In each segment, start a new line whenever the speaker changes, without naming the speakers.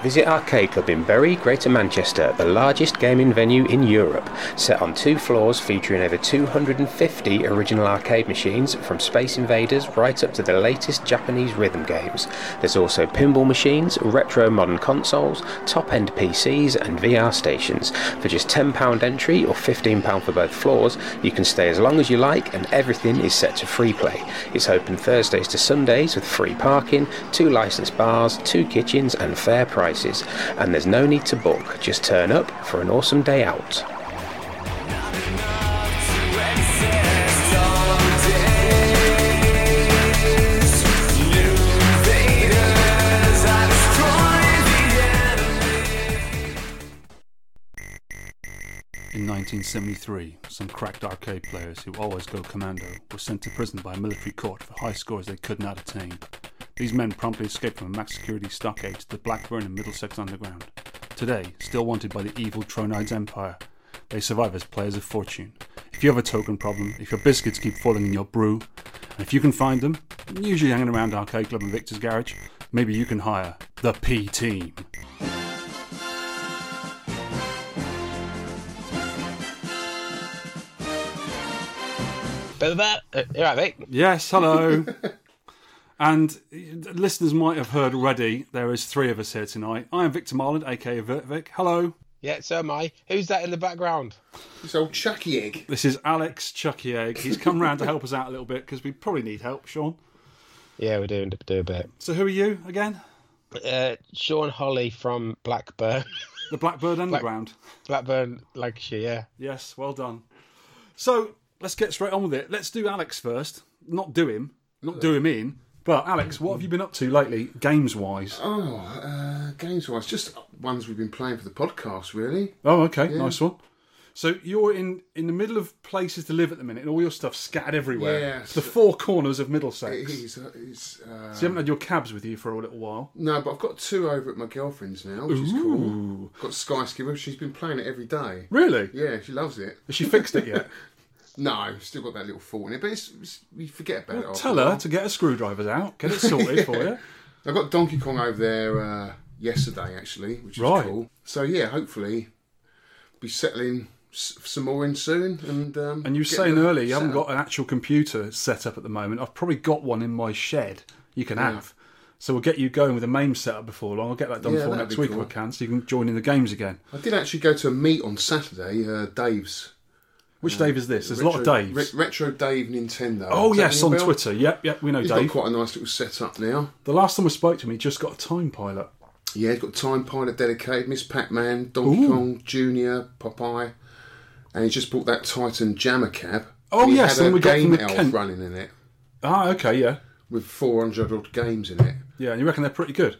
Visit Arcade Club in Bury, Greater Manchester, the largest gaming venue in Europe, set on two floors featuring over 250 original arcade machines from Space Invaders right up to the latest Japanese rhythm games. There's also pinball machines, retro modern consoles, top end PCs, and VR stations. For just £10 entry or £15 for both floors, you can stay as long as you like, and everything is set to free play. It's open Thursdays to Sundays with free parking, two licensed bars, two kitchens, and fair prices prices, and there's no need to book, just turn up for an awesome day out.
In 1973, some cracked arcade players who always go commando were sent to prison by a military court for high scores they could not attain. These men promptly escaped from a max security stockade to the Blackburn and Middlesex Underground. Today, still wanted by the evil Tronides Empire, they survive as players of fortune. If you have a token problem, if your biscuits keep falling in your brew, and if you can find them, usually hanging around Arcade Club and Victor's Garage, maybe you can hire the P Team.
Bit of that. Uh, you all right, mate.
Yes, hello. and uh, listeners might have heard already, there is three of us here tonight. I am Victor Marland, aka Vertvic. Hello.
Yeah, so am I. Who's that in the background?
This old Chucky egg.
This is Alex Chucky Egg. He's come round to help us out a little bit because we probably need help, Sean.
Yeah, we're doing do a bit.
So who are you again?
Uh, Sean Holly from Blackburn,
The Blackbird Underground.
Blackburn, Lancashire. Yeah.
Yes, well done. So let's get straight on with it. Let's do Alex first. Not do him. Not do him in. But Alex, what have you been up to lately, games wise?
Oh, uh, games wise, just ones we've been playing for the podcast, really.
Oh, okay, nice one. So you're in in the middle of places to live at the minute, and all your stuff's scattered everywhere.
Yes.
The four corners of Middlesex.
It's, uh, it's, uh,
So you haven't had your cabs with you for a little while.
no, but I've got two over at my girlfriend's now, which is cool. Got Sky Skipper. She's been playing it every day.
Really?
Yeah, she loves it.
Has she fixed it yet?
No, still got that little fault in it, but it's, it's, we forget about it. after
Tell
a
her
while.
to get her screwdrivers out, get it sorted for you.
I got Donkey Kong over there uh, yesterday, actually, which is
Right.
cool. So yeah, hopefully, be settling s- some more in soon. And um,
And you were
getting
saying
the
earlier you haven't
setup.
got an actual computer set up at the moment. I've probably got one in my shed you can have. So we'll get you going with the main setup before long. I'll get that done
Yeah,
for
that'd
next
be
week
cool.
if I can, so you can join in the games again.
I did actually go to a meet on Saturday, uh, Dave's.
Which Dave is this? There's a lot of
Retro-
Daves.
Re- Retro Dave Nintendo.
oh
Does that
yes,
ring a
on
bell?
Twitter. Yep, yep, we know
He's
Dave.
got quite a nice little setup now.
The last time we spoke to him, he just got a time pilot.
Yeah, he's got Time Pilot dedicated, Miss Pac-Man, Donkey Kong Junior, Popeye, and he just bought that Titan Jammer cab.
Oh,
and he
yes,
had
and
a
we got
game
from the
elf
Kent-
running in it
Ah, okay, yeah,
with 400 odd games in it.
yeah. And you reckon they're pretty good?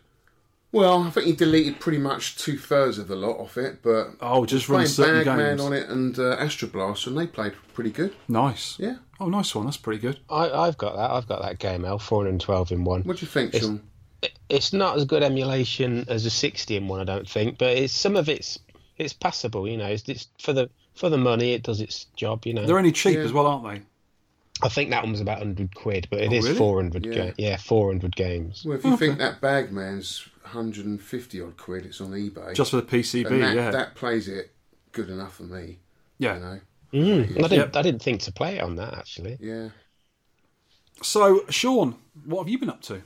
Well, I think he deleted pretty much two thirds of the lot off it, but
Oh, just run
playing
certain
Bagman
games.
on it and uh, Astro Blaster, and they played pretty good.
Nice.
Yeah. Oh,
Oh, nice one. That's pretty good.
I, I've got that. I've got that game. L four hundred twelve in one.
What do you think,
It's-
Sean?
It- It's not as good emulation as a sixty in one, I don't think. But it's some of it's it's passable. You know, it's, it's for the for the money. It does its job. You know.
They're only cheap
Yeah.
as well, aren't they?
I think that one was about hundred quid, but it is
really?
four hundred. Yeah,
Yeah.
yeah, four hundred games.
Well, if you think that Bagman's 150 odd quid, it's on eBay.
Just for the PCB,
and that,
yeah,
that plays it good enough for me.
yeah.
You know,
And I didn't. I didn't think to play it on that actually.
yeah.
So, Sean, what have you been up to?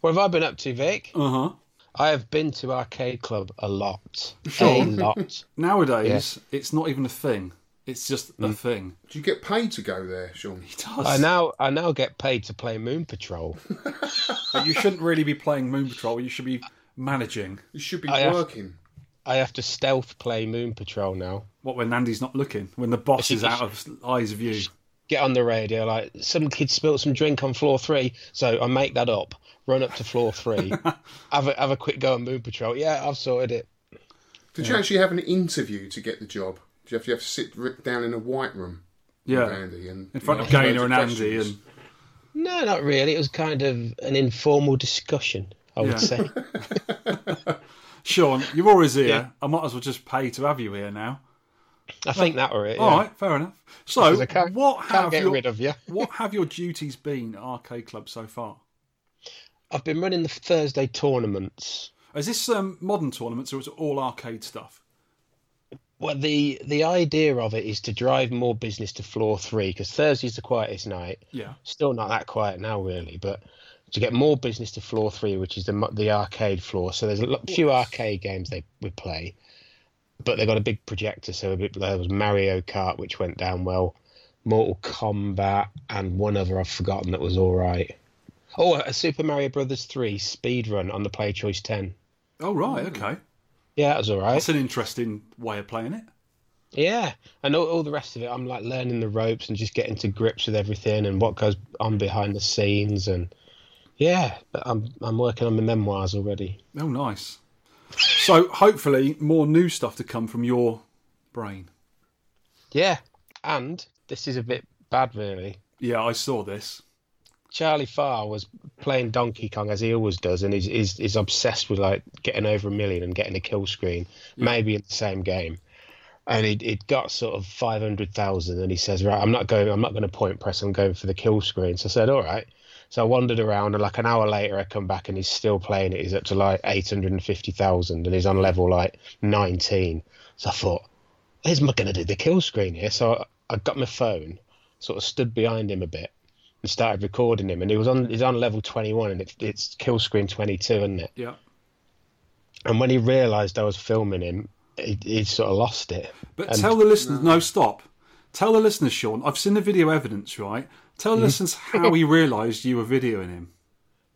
What have I been up to, Vic?
Uh huh.
I have been to Arcade Club a lot. A
Sure.
lot.
Nowadays, it's not even a thing. It's just a thing.
Do you get paid to go there, Sean?
It does.
I now I now get paid to play Moon Patrol.
But you shouldn't really be playing Moon Patrol. You should be managing
You should be
I have-
working.
I have to stealth play Moon Patrol now.
what when Andy's not looking, when the boss is out of eyes view.
Get on the radio, like some kid spilled some drink on floor three, so I make that up. Run up to floor three, have a have a quick go on Moon Patrol. Yeah, I've sorted it.
Did you actually have an interview to get the job? Do you have, you have to sit ri- down in a white room, with
Yeah,
Andy, and
in front of
ask loads
Gaynor and Andy,
questions?
and
No, not really. It was kind of an informal discussion, I would
Yeah.
say.
Sean, you're always here. I might as well just pay to have you here now.
I think that were it. Yeah.
All right, fair enough. So,
I can't-
what
can't
have
get
your
rid of you.
what have your duties been at Arcade Club so far?
I've been running the Thursday tournaments.
Is this um, modern tournaments or is it all arcade stuff?
Well, the the idea of it is to drive more business to floor three because Thursday's the quietest night.
Yeah.
Still not that quiet now, really, but to get more business to floor three, which is the mo- the arcade floor. So there's a lot, few arcade games they we play, but they got a big projector. So a bit- there was Mario Kart, which went down well, Mortal Kombat, and one other I've forgotten that was all right. Oh, a Super Mario Brothers three speed run on the Play Choice ten.
Oh right, okay.
Yeah, that was all right.
That's an interesting way of playing it.
Yeah, and all, all the rest of it, I'm like learning the ropes and just getting to grips with everything and what goes on behind the scenes and yeah, but I'm I'm working on my memoirs already.
Oh nice. So hopefully more new stuff to come from your brain.
Yeah, and this is a bit bad really.
Yeah, I saw this.
Charlie Farr was playing Donkey Kong as he always does, and he's he's, he's obsessed with like getting over a million and getting a kill screen, maybe in the same game. And he he got sort of five hundred thousand, and he says, "Right, I'm not going. I'm not going to point press. I'm going for the kill screen." So I said, "All right." So I wandered around, and like an hour later, I come back, and he's still playing it. He's up to like eight hundred and fifty thousand, and he's on level like nineteen. So I thought, "Here's my gonna do the kill screen here." So I, I got my phone, sort of stood behind him a bit, and started recording him. And he was on he's on level twenty one, and it, it's kill screen twenty two, isn't it?
Yeah.
And when he realised I was filming him, he, he sort of lost it.
But tell the listeners, no. stop. Tell the listeners, Sean. I've seen the video evidence, right? Tell
Mm-hmm.
the listeners how he realised you were videoing him.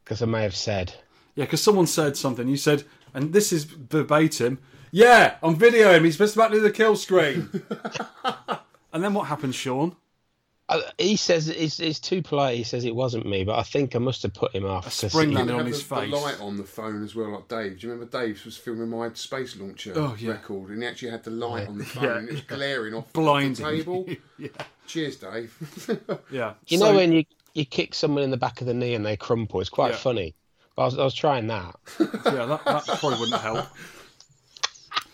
Because I may have said,
Yeah, because someone said something. You said, and this is verbatim. Yeah, I'm videoing. him. He's just about to do the kill screen. and then what happened, Sean?
I, he says he's, he's too polite. He says it wasn't me, but I think I must have put him off. 'cause
spring
he-
landed
You
on
have
his
the, the
face.
light on the phone as well, like Dave. Do you remember Dave's was filming my space launcher
Oh, yeah.
record, and he actually had the light on the phone,
Yeah.
and it was glaring off
Blinding.
the table.
yeah.
Cheers, Dave.
Yeah.
You
So-
know when you you kick someone in the back of the knee and they crumple. It's quite
Yeah.
funny. I was, I was trying that.
Yeah, that, that probably wouldn't help.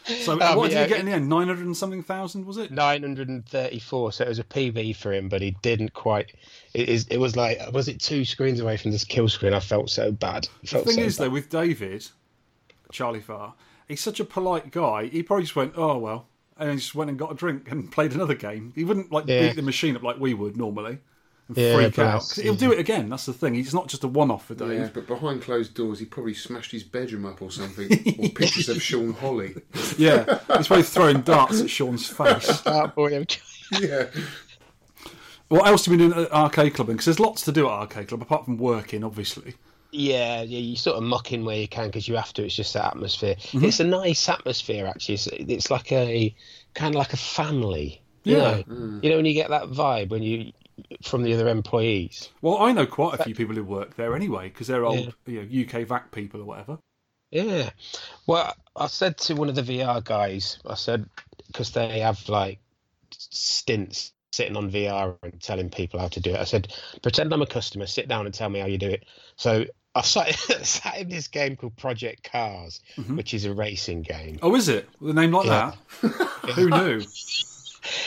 So
but
what did
yeah,
you get in the end? Nine hundred and something thousand was it?
Nine hundred and thirty-four. So it was a PV for him, but he didn't quite. It is. It was like was it two screens away from this kill screen? I felt so bad. I
The
felt
thing
so
is,
bad.
though, with David, Charlie Farr, he's such a polite guy. He probably just went, "Oh well," and he just went and got a drink and played another game. He wouldn't like
Yeah.
beat the machine up like we would normally and
Yeah,
freak
but
out.
that's-
'Cause he'll do it again. That's the thing. He's not just a one-off for Dave.
Yeah, but behind closed doors, he probably smashed his bedroom up or something, or pictures of Sean Holly.
Yeah, he's probably throwing darts at Sean's face.
Dark boy, I'm trying-
Yeah,
What else have we been doing at arcade clubbing? Because there's lots to do at arcade club apart from working, obviously.
Yeah, yeah, you sort of muck in where you can because you have to. It's just that atmosphere. It's a nice atmosphere, actually. It's, it's like a kind of like a family. You
Yeah.
know, you know when you get that vibe when you from the other employees.
Well, I know quite a few people who work there anyway because they're old, you know, UK VAC people or whatever.
Yeah. Well, I said to one of the VR guys, I said, because they have like stints sitting on VR and telling people how to do it. I said, pretend I'm a customer, sit down and tell me how you do it. So I sat, sat in this game called Project Cars,
Mm-hmm.
which is a racing game.
Oh, is it with a name like
Yeah.
that? Who knew?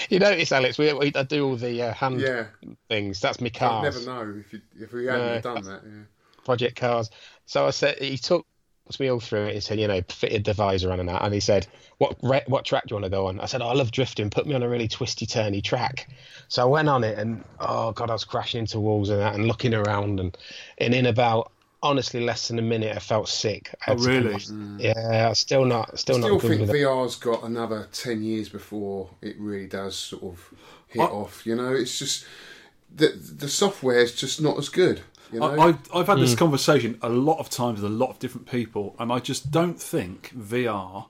You notice, Alex, we, we I do all the uh, hand
yeah.
things. That's me
I'd
cars.
never know if you, if we hadn't done that. Yeah.
Project Cars. So I said he took me all through it. He said, you know, fitted the visor on and that, and he said, what re- what track do you want to go on? I said, oh, I love drifting. Put me on a really twisty, turny track. So I went on it, and oh god, I was crashing into walls and that, and looking around, and and in about honestly less than a minute, I felt sick. I
Oh,
had to-
really?
Yeah, I'm still not, still
Still
not good
think
with it.
VR's got another ten years before it really does sort of hit off. You know, it's just the the software's just not as good. You know, Hmm.
I, I've, I've had this conversation a lot of times with a lot of different people, and I just don't think VR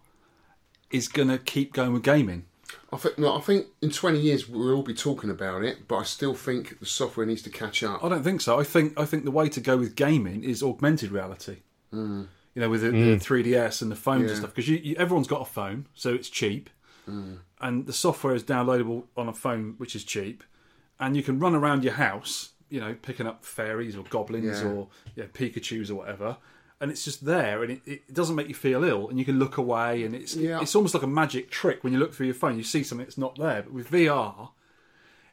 is going to keep going with gaming.
I think, no, I think in 20 years we'll all be talking about it, but I still think the software needs to catch up.
I don't think so. I think I think the way to go with gaming is augmented reality. You know, with the, the 3DS and the phones and
Hmm. Yeah. Hmm.
stuff, because you, you, everyone's got a phone, so it's cheap, and the software is downloadable on a phone, which is cheap, and you can run around your house, you know, picking up fairies or goblins
Yeah.
or you know, Pikachu's or whatever. And it's just there, and it, it doesn't make you feel ill, and you can look away, and it's
Yeah.
it's almost like a magic trick when you look through your phone, you see something that's not there. But with VR,
I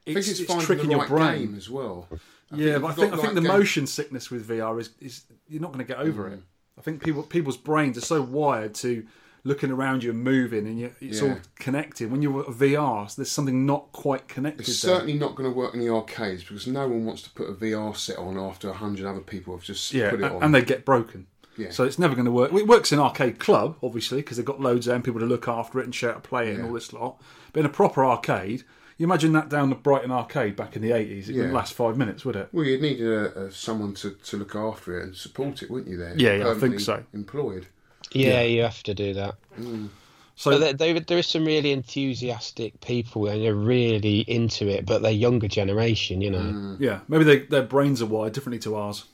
think
it's,
it's,
it's
finding
tricking
the
your
right
brain.
game as well.
Yeah, but I
you've
think I
got,
think the
like, Mm. a-
motion sickness with VR is is you're not going to get over it. I think people people's brains are so wired to looking around you and moving, and you, it's all
Yeah.
connected. When you're at VR, there's something not quite connected.
It's
there.
certainly not going to work in the arcades because no one wants to put a VR set on after a hundred other people have just
yeah,
put it
and,
on.
and they get broken.
Yeah.
So it's never going to work. It works in arcade club, obviously, because they've got loads of them, people to look after it and share it, play it, and all this lot. But in a proper arcade, you imagine that down the Brighton arcade back in the eighties. It wouldn't
Yeah.
last five minutes, would it?
well, you'd need a, a, someone to, to look after it and support it, wouldn't you? There,
Yeah, yeah, I think
Permanently
so.
Employed.
Yeah, you have to do that.
So
But there, there, there is some really enthusiastic people, and they're really into it. But they're younger generation, you know.
yeah, maybe they, their brains are wired differently to ours.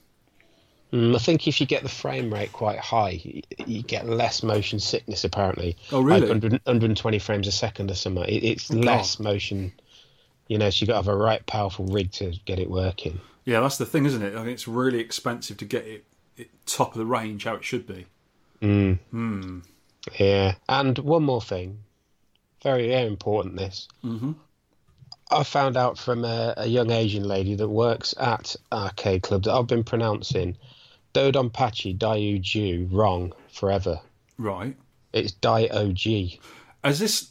Mm, I think if you get the frame rate quite high, you, you get less motion sickness. Apparently,
Oh, really? Oh,
Like 100, 120 frames a second or something. It, it's less motion. You know, so you got to have a right powerful rig to get it working.
Yeah, that's the thing, isn't it? I think it's really expensive to get it, it top of the range how it should be.
Yeah, and one more thing, very very important. This mm-hmm. I found out from a, a young Asian lady that works at arcade club that I've been pronouncing Dodonpachi Daiju wrong forever.
Right.
It's Daioji.
Is this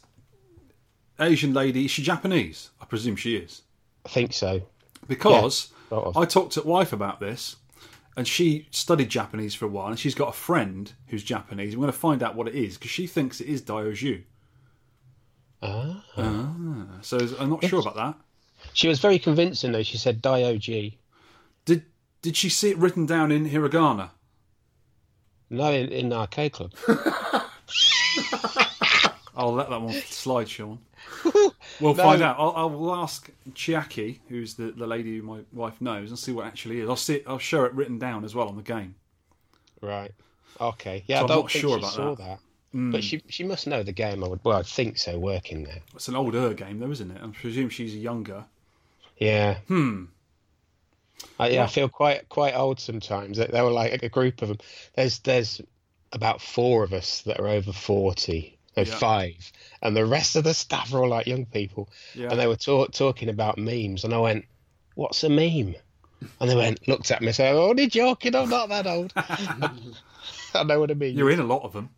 Asian lady? Is she Japanese? I presume she is.
I think so.
because
Yeah, sort of.
I talked to wife about this, and she studied Japanese for a while, and she's got a friend who's Japanese. We're going to find out what it is because she thinks it is Daioju.
Ah.
So I'm not sure about that.
She was very convincing though. She said Daioji.
Did did she see it written down in hiragana?
No, in, in the arcade club.
I'll let that one slide, Sean. We'll find out. I'll, I'll ask Chiaki, who's the, the lady who my wife knows, and see what it actually is. I'll see. I'll show it written down as well on the game.
right. Okay. Yeah,
So
I
I'm
don't
not
think
sure
she
about
saw
that. Hmm.
that. But she she must know the game. I would. Well, I think so. Working there.
It's an older game, though, isn't it? I presume she's younger.
Yeah. Hmm. I, yeah, I feel quite quite old sometimes. They, they were like a group of them. There's there's about four of us that are over forty. No,
Yeah.
five, and the rest of the staff are all like young people.
Yeah.
And they were talk, talking about memes, and I went, "What's a meme?" And they went, looked at me, and said, "I'm only joking. I'm not that old." I know what I mean.
You're in a lot of them.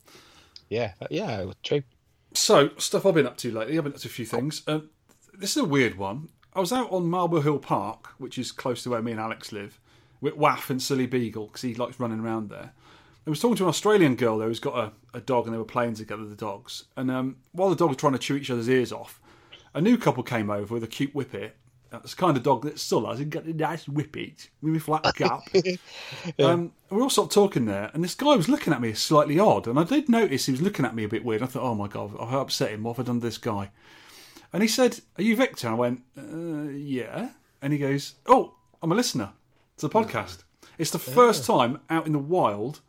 Yeah, yeah, true.
So, stuff I've been up to lately, I've been up to a few things. Um, this is a weird one. I was out on Marble Hill Park, which is close to where me and Alex live, with Waff and Silly Beagle, because he likes running around there. I was talking to an Australian girl, though, who's got a, a dog, and they were playing together, the dogs. And um, while the dogs were trying to chew each other's ears off, a new couple came over with a cute whippet. That's the kind of dog that still has. He's got a nice whippet with a flat cap. Um, we were all sort of talking there, and this guy was looking at me slightly odd, and I did notice he was looking at me a bit weird. I thought, oh my god, I upset him. What have I done to this guy? And he said, "Are you Victor?" And I went, uh, "Yeah." And he goes, "Oh, I'm a listener to the podcast. It's the first time out in the wild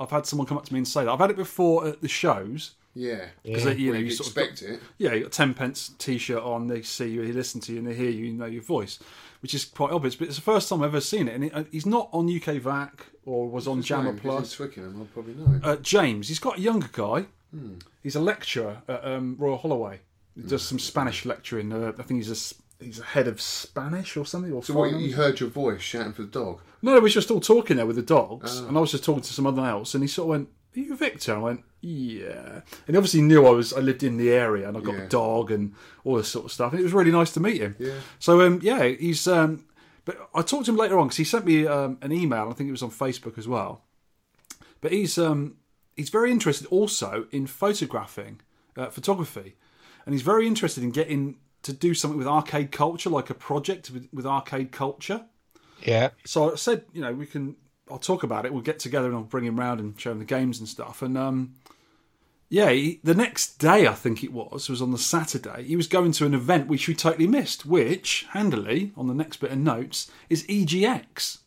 I've had someone come up to me and say that. I've had it before at the shows
Yeah,
because you
Well,
know you
you'd
sort of got-
expect it.
yeah, you got ten pence t-shirt on. They see you, they listen to you, and they hear you, you know your voice, which is quite obvious. But it's the first time I've ever seen it, and it, he's not on UK VAC or was on
Name,
Jammer
if he's
Plus.
in Twickenham, I'll probably know. him.
Uh, James, he's got a younger guy.
Hmm.
He's a lecturer at um, Royal Holloway. He does
Hmm.
some Spanish lecturing. Uh, I think he's a s- he's a head of Spanish or something. Or
so what? You
finance.
you heard your voice shouting for the dog.
No, we were just all talking there with the dogs,
Oh.
and I was just talking to someone else, and he sort of went, "Are you Victor?" I went, "Yeah," and he obviously knew I was. I lived in the area, and I got
Yeah.
a dog and all this sort of stuff. And it was really nice to meet him.
Yeah.
So um, yeah, he's. Um, but I talked to him later on because he sent me um, an email. I think it was on Facebook as well. But he's um, he's very interested also in photographing, uh, photography, and he's very interested in getting to do something with arcade culture, like a project with, with arcade culture.
Yeah,
So I said, you know, we can. I'll talk about it. We'll get together and I'll bring him round and show him the games and stuff. And um, yeah, he, the next day I think it was was on the Saturday. He was going to an event which we totally missed, which handily on the next bit of notes is EGX.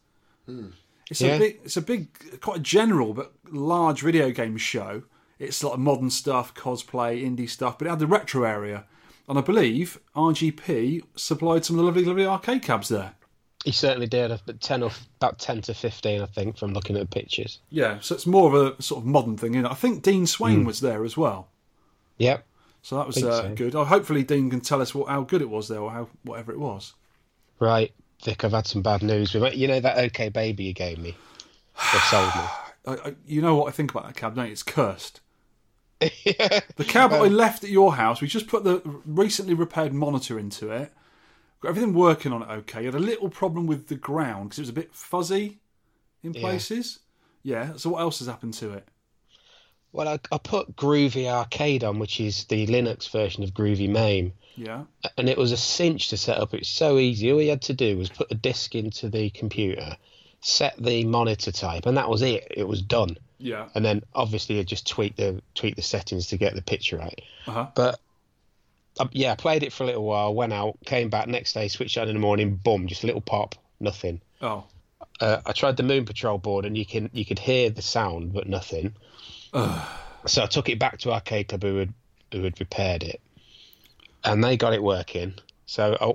It's a
Yeah.
big, it's a big, quite a general but large video game show. It's like modern stuff, cosplay, indie stuff, but it had the retro area. And I believe RGP supplied some lovely, lovely arcade cabs there.
he certainly did. uh, But ten or about ten to fifteen, I think, from looking at the pictures.
Yeah, so it's more of a sort of modern thing. Isn't it? I think Dean Swain was there as well,
Yep.
so that was
Hmm. Think
uh,
so.
good. Oh, hopefully, Dean can tell us what, how good it was there, or how whatever it was.
Right, Vic, I've had some bad news. We might- You know that OK Baby you gave me? They've sold me.
I, I, you know what I think about that cab, don't you? It's cursed. The cab I left at your house, we just put the recently repaired monitor into it. Got everything working on it okay. Had a little problem with the ground because it was a bit fuzzy in places. Yeah. So what else has happened to it?
Well, I, I put Groovy Arcade on, which is the Linux version of Groovy MAME,
Yeah.
and it was a cinch to set up. It's so easy. All you had to do was put a disk into the computer, set the monitor type, and that was it. It was done.
Yeah.
And then obviously you just tweak the tweak the settings to get the picture right.
Uh-huh.
But uh, yeah, I played it for a little while, went out, came back next day, switched it on in the morning, boom, just a little pop, nothing.
Oh.
Uh, I tried the Moon Patrol board, and you can you could hear the sound, but nothing. so I took it back to Arcade Club, who had who had repaired it, and they got it working. So I,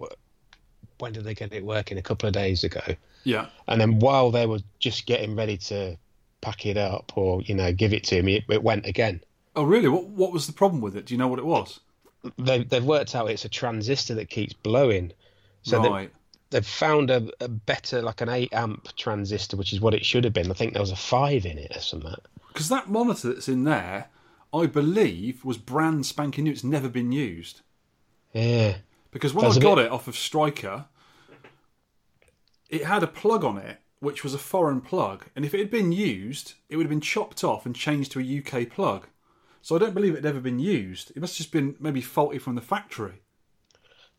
when did they get it working? A couple of days ago.
Yeah.
And then while they were just getting ready to pack it up or you know give it to me, it, it went again.
Oh really? What what was the problem with it? Do you know what it was?
They they've worked out it's a transistor that keeps blowing. So they-
right.
they've found a, a better like an eight amp transistor, which is what it should have been. I think there was a five in it or something.
Because that monitor that's in there, I believe, was brand spanking new. It's never been used.
Yeah.
Because when
That's
I
a
got
bit-
it off of Striker, it had a plug on it which was a foreign plug, and if it had been used, it would have been chopped off and changed to a UK plug. So I don't believe it had ever been used. It must have just been maybe faulty from the factory.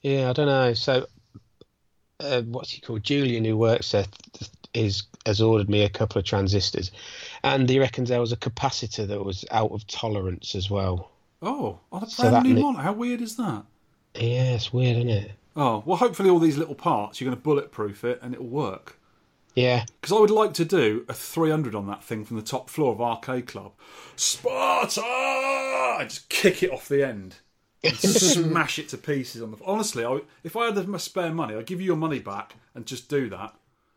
Yeah, I don't know. So, uh, what's he called? Julian, who works there, th- is has ordered me a couple of transistors, and he reckons there was a capacitor that was out of tolerance as well.
Oh, on a brand
that
new
ne-
monitor. How weird is that?
Yeah, it's weird, isn't it?
Oh well, hopefully all these little parts you're going to bulletproof it and it'll work.
Yeah,
Because I would like to do a 300 on that thing from the top floor of Arcade Club. Sparta! I just kick it off the end. And smash it to pieces on the. Honestly, I, if I had the- my spare money, I'd give you your money back and just do that.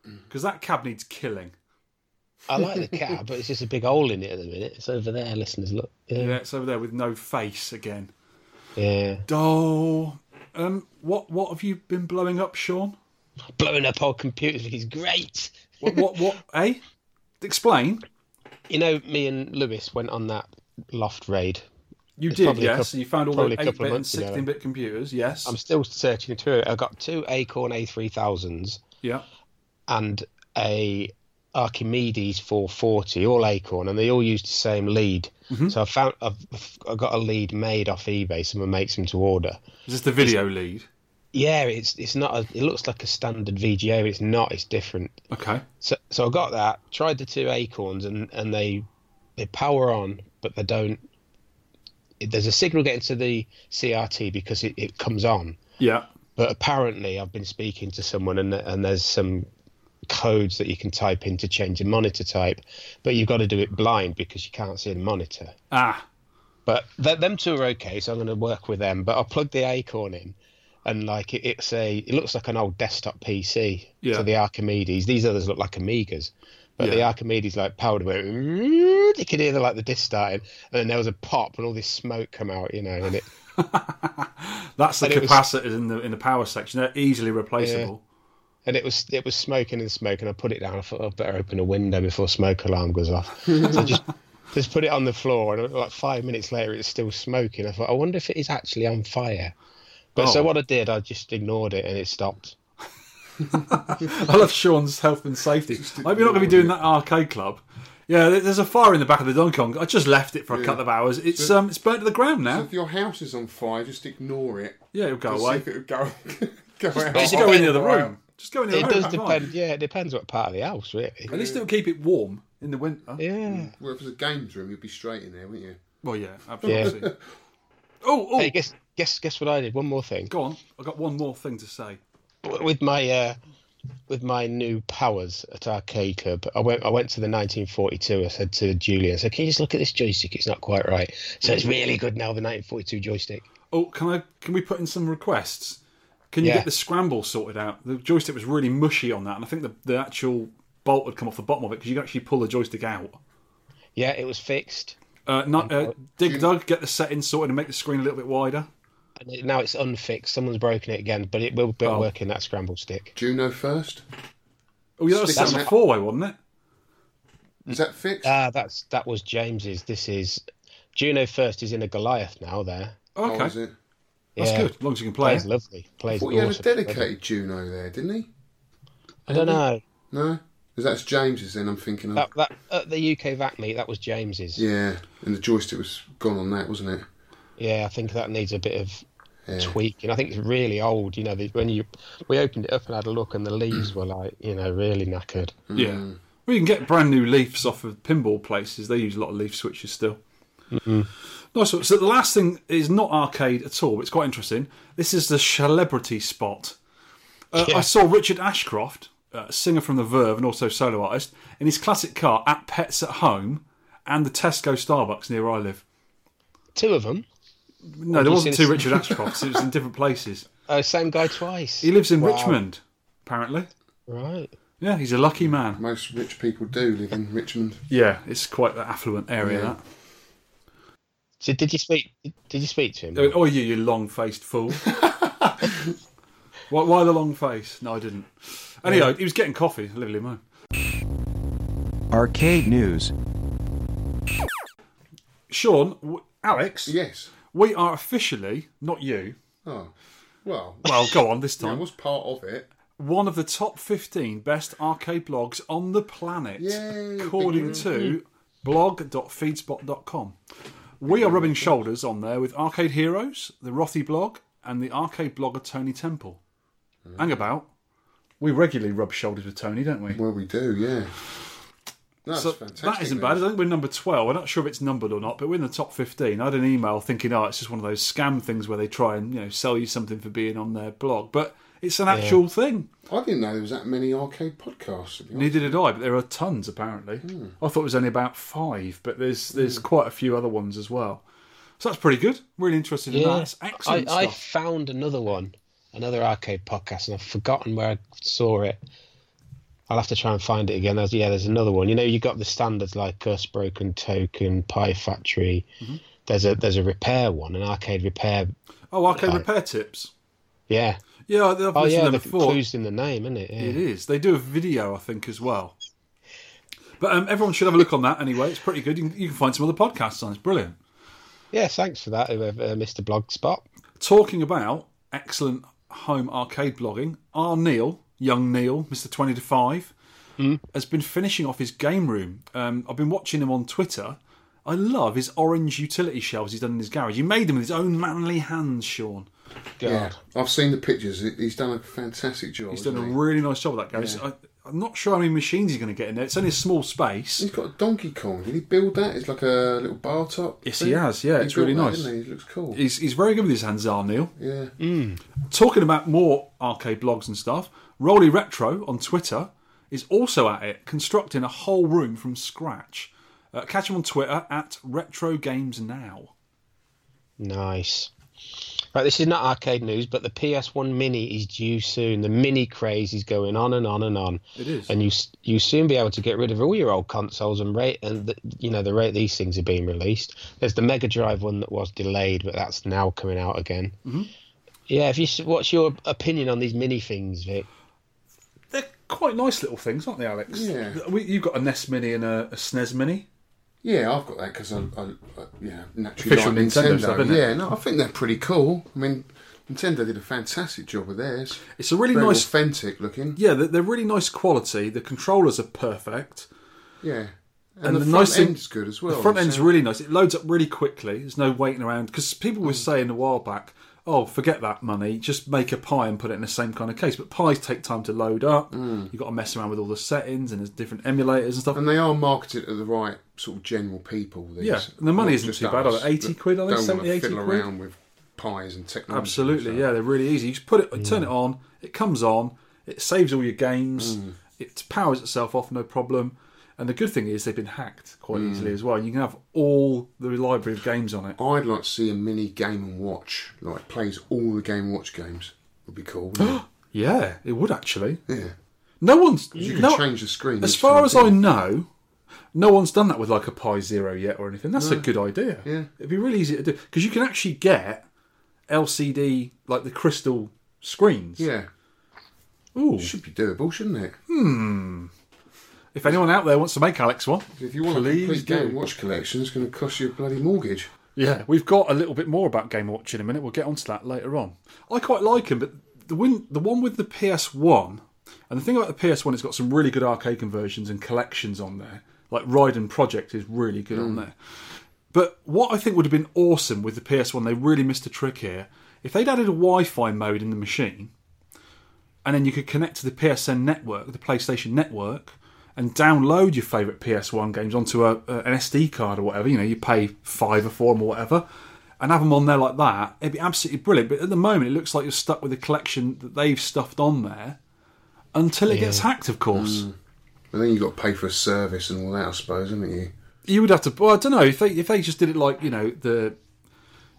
Mm.
Because that cab needs killing.
I like the cab, but it's just a big hole in it at the minute. It's over there, listeners. Look. Yeah.
Yeah, it's over there with no face again.
yeah.
Dull. Um, what what have you been blowing up, Sean?
Blowing up old computers is great.
What what what? eh? Explain.
You know, me and Lewis went on that loft raid.
You did,
probably a
yes.
coup-
and you found all
probably
the
a couple
8 bit
of
and
months ago.
16 bit computers, yes.
I'm still searching through it. I got two Acorn A3000s.
yeah.
and a Archimedes 440, all Acorn, and they all used the same lead. So I found I've, I got a lead made off eBay. Someone makes them to order.
Is this the video lead?
Yeah, it's it's not. A, it looks like a standard VGA, but it's not. It's different.
Okay.
So so I got that. Tried the two Acorns, and and they they power on, but they don't. There's a signal getting to the CRT because it, it comes on,
Yeah.
but apparently I've been speaking to someone and and there's some codes that you can type in to change the monitor type, but you've got to do it blind because you can't see the monitor.
Ah.
But th- them two are okay, so I'm going to work with them. But I plugged the Acorn in, and like it, it's a it looks like an old desktop PC.
Yeah.
So the Archimedes, these others look like Amigas. But the
Yeah.
Archimedes like powered away. You could hear the, like the disc starting, and then there was a pop, and all this smoke come out, you know, and it
That's the
And it was-
capacitors in the in the power section. They're easily replaceable.
and it was it was smoking and smoking. I put it down. I thought I'd better open a window before smoke alarm goes off. so I just just put it on the floor, and like five minutes later, it's still smoking. I thought, I wonder if it is actually on fire. But so
Oh.
what I did, I just ignored it, and it stopped.
I love Sean's health and safety. I hope you're not going to be doing that arcade club. Yeah, there- there's a fire in the back of the Donkey Kong. I just left it for a couple of hours. It's um, it's burnt to the ground now.
If your house is on fire, just ignore it.
Yeah, it'll go
Just
away.
See if it'll go, go out.
Just go in the other room. Just go in the
It
other room.
does
that's fine.
depend. Yeah, it depends what part of the house, really.
Oh, At least it'll keep it warm in the winter.
Yeah.
Well, if it was a games room, you'd be straight in there, wouldn't you?
Well, yeah, absolutely. Oh, oh,
Hey, guess guess guess what I did? One more thing
go on. I've got one more thing to say.
with my uh, with my new powers at Arcade Club. I went I went to the 1942. I said to Julian, I said, "Can you just look at this joystick? It's not quite right." So it's really good now. The 1942 joystick.
Oh, can I? Can we put in some requests? Can you
Yeah.
get the scramble sorted out? The joystick was really mushy on that, and I think the, the actual bolt had come off the bottom of it because you could actually pull the joystick out.
Yeah, it was fixed,
Uh, not, uh, dig dug, get the settings sorted and make the screen a little bit wider.
and it, now it's unfixed. Someone's broken it again, but it will, will
Oh.
work in that scramble stick.
Juno first.
Oh, yeah, that was
Stick
set on
on
a
it.
four way, wasn't it?
Is that fixed?
Uh,
Ah, that's that was James's. This is Juno first is in a Goliath now. There,
Oh,
Oh, is
okay.
it?
That's
Yeah.
good. As long as you can play
plays
it.
lovely. Plays
Well, he had a
awesome.
dedicated Juno there, didn't he?
I don't know
No, because that's James's. Then I'm thinking of.
that that at the UK VAC meet that was James's. Yeah,
Yeah, and the joystick was gone on that, wasn't it?
I think that needs a bit of
Yeah.
tweaking. I think it's really old. You know, the- when you we opened it up and had a look, and the leaves were like you know really knackered.
Yeah. Mm. Well, you can get brand new leafs off of pinball places. They use a lot of leaf switches still.
Mm-hmm.
No, so, so the last thing is not arcade at all, but it's quite interesting. This is the celebrity spot. Uh,
Yeah.
I saw Richard Ashcroft, uh, singer from The Verve and also solo artist, in his classic car at Pets at Home and the Tesco Starbucks near where I live.
Two of them.
No, there
you
wasn't
seen
two Richard Ashcrofts. It was in different places.
Oh, same guy twice.
He lives in
Wow.
Richmond, apparently.
Right.
Yeah, he's a lucky man.
Most rich people do live in Richmond.
Yeah, it's quite an affluent area.
Yeah.
That.
So did you speak? Did you speak to him?
They went, Oh, you, you long faced fool. why, why the long face? No, I didn't. Anyway, he was getting coffee, literally mine.
Arcade News.
Sean, w- Alex,
Yes.
we are officially, not you,
Oh, well,
well, go on this
I
time,
was part of it.
one of the top 15 best arcade blogs on the planet,
Yay,
according to blog.feedspot.com. We are rubbing shoulders on there with Arcade Heroes, the Rothy blog, and the arcade blogger Tony Temple.
Mm.
Hang about. We regularly rub shoulders with Tony, don't we?
Well, we do, yeah. That's
So
fantastic.
that isn't
news.
bad. I think we're number 12. I'm not sure if it's numbered or not, but we're in the top 15. I had an email thinking, oh, it's just one of those scam things where they try and you know sell you something for being on their blog. But it's an actual thing.
I didn't know there was that many arcade podcasts. To be honest.
Neither did I, but there are tons apparently.
Hmm.
I thought it was only about five, but there's there's quite a few other ones as well. So that's pretty good. Really interested in that. That's
I,
excellent
I
stuff.
found another one, another arcade podcast, and I've forgotten where I saw it. I'll have to try and find it again. There's, yeah, there's another one. You know, you got the standards like Us, Broken Token, Pie Factory.
Mm-hmm.
There's a there's a repair one, an arcade repair.
Oh, arcade repair tips.
Yeah.
Yeah, I've
Oh
listened
yeah,
to them
the
before.
clues in the name, isn't it? Yeah.
It is. They do a video, I think, as well. But um, everyone should have a look on that anyway. It's pretty good. You can, you can find some other podcasts on. it. It's brilliant.
Yeah, Thanks for that, whoever, uh, Mr. Blogspot.
Talking about excellent home arcade blogging, our Neil, young Neil, Mister Twenty to Five, has been finishing off his game room. Um, I've been watching him on Twitter. I love his orange utility shelves he's done in his garage. He made them with his own manly hands, Sean.
Yeah, I've seen the pictures. He- He's done a fantastic job.
He's done a
hasn't he?
really nice job with that garage. I, I'm not sure how many machines he's going to get in there. It's only a small space.
He's got a Donkey Kong. Did he build that? It's like a little bar top.
Yes, he has. Yeah,
He
it's
built
really
that,
nice.
Didn't he? It looks cool.
He's, he's very good with his hands, are Neil.
Yeah.
Talking about more arcade blogs and stuff, Rolly Retro on Twitter is also at it, constructing a whole room from scratch. Uh, catch him on Twitter at Retro Games Now.
Nice. Right, this is not arcade news, but the PS1 Mini is due soon. The Mini craze is going on and on and on. It
is.
and you s- you soon be able to get rid of all your old consoles and rate and the, you know the rate these things are being released. There's the Mega Drive one that was delayed, but that's now coming out again. Mm-hmm. Yeah, if you s- what's your opinion on these mini things, Vic?
They're quite nice little things, aren't they, Alex?
Yeah.
We, you've got a NES Mini and a, a SNES Mini.
Yeah, I've got that because I, I, I, yeah, naturally
Official
like
Nintendo
Nintendo.
stuff, isn't it?
yeah, no, I think they're pretty cool. I mean, Nintendo did a fantastic job with theirs.
It's a really
Very
nice.
authentic looking.
yeah, they're, they're really nice quality. The controllers are perfect.
Yeah, and,
And
the,
the
front
nice thing-
end's good as well.
The front
It's,
end's
uh,
really nice. It loads up really quickly. There's no waiting around because people were
Hmm.
saying a while back, "Oh, forget that money. Just make a pie and put it in the same kind of case." But pies take time to load up. You've got to mess around with all the settings and there's different emulators and stuff.
Hmm. and they are marketed to the right sort of general people. These,
Yeah, and the money
Not
isn't
just
too bad,
us
are they? 80
that
quid, I think,
Don't
70,
wanna
80
fiddle
quid?
around with pies and technology. and
Absolutely,
stuff.
yeah, they're really easy. You just put it, turn it on. It comes on. It saves all your games.
Hmm.
It powers itself off, no problem. And the good thing is they've been hacked quite
Hmm.
easily as well. You can have all the library of games on it.
I'd like to see a mini Game and Watch, like plays all the Game and Watch games. Would be cool. wouldn't
Yeah, it would actually.
it? yeah,
No one's
you can
no,
change the screen.
As
each
far
time,
as
couldn't
I know, no one's done that with like a Pi Zero yet or anything. That's a good idea.
Yeah.
It'd be really easy to do because you can actually get LCD like the crystal screens.
you? yeah,
Ooh.
should be doable, shouldn't it?
If anyone out there wants to make Alex one,
If you want
please
a complete
do.
Game Watch collection, it's going to cost you a bloody mortgage.
Yeah, we've got a little bit more about Game Watch in a minute. We'll get onto that later on. I quite like him, but the win, the one with the PS1, and the thing about the PS1, it's got some really good arcade conversions and collections on there. Like Raiden Project is really good on there. But what I think would have been awesome with the PS1, they really missed a trick here. If they'd added a Wi Fi mode in the machine, and then you could connect to the PSN network, the PlayStation network, and download your favourite PS1 games onto a, a- an SD card or whatever. You know, you pay five or four or whatever, and have them on there like that. It'd be absolutely brilliant. But at the moment, it looks like you're stuck with a collection that they've stuffed on there until it gets hacked, of course.
And then you've got to pay for a service and all that, I suppose, haven't you?
You would have to. Well, I don't know if they if they just did it like you know the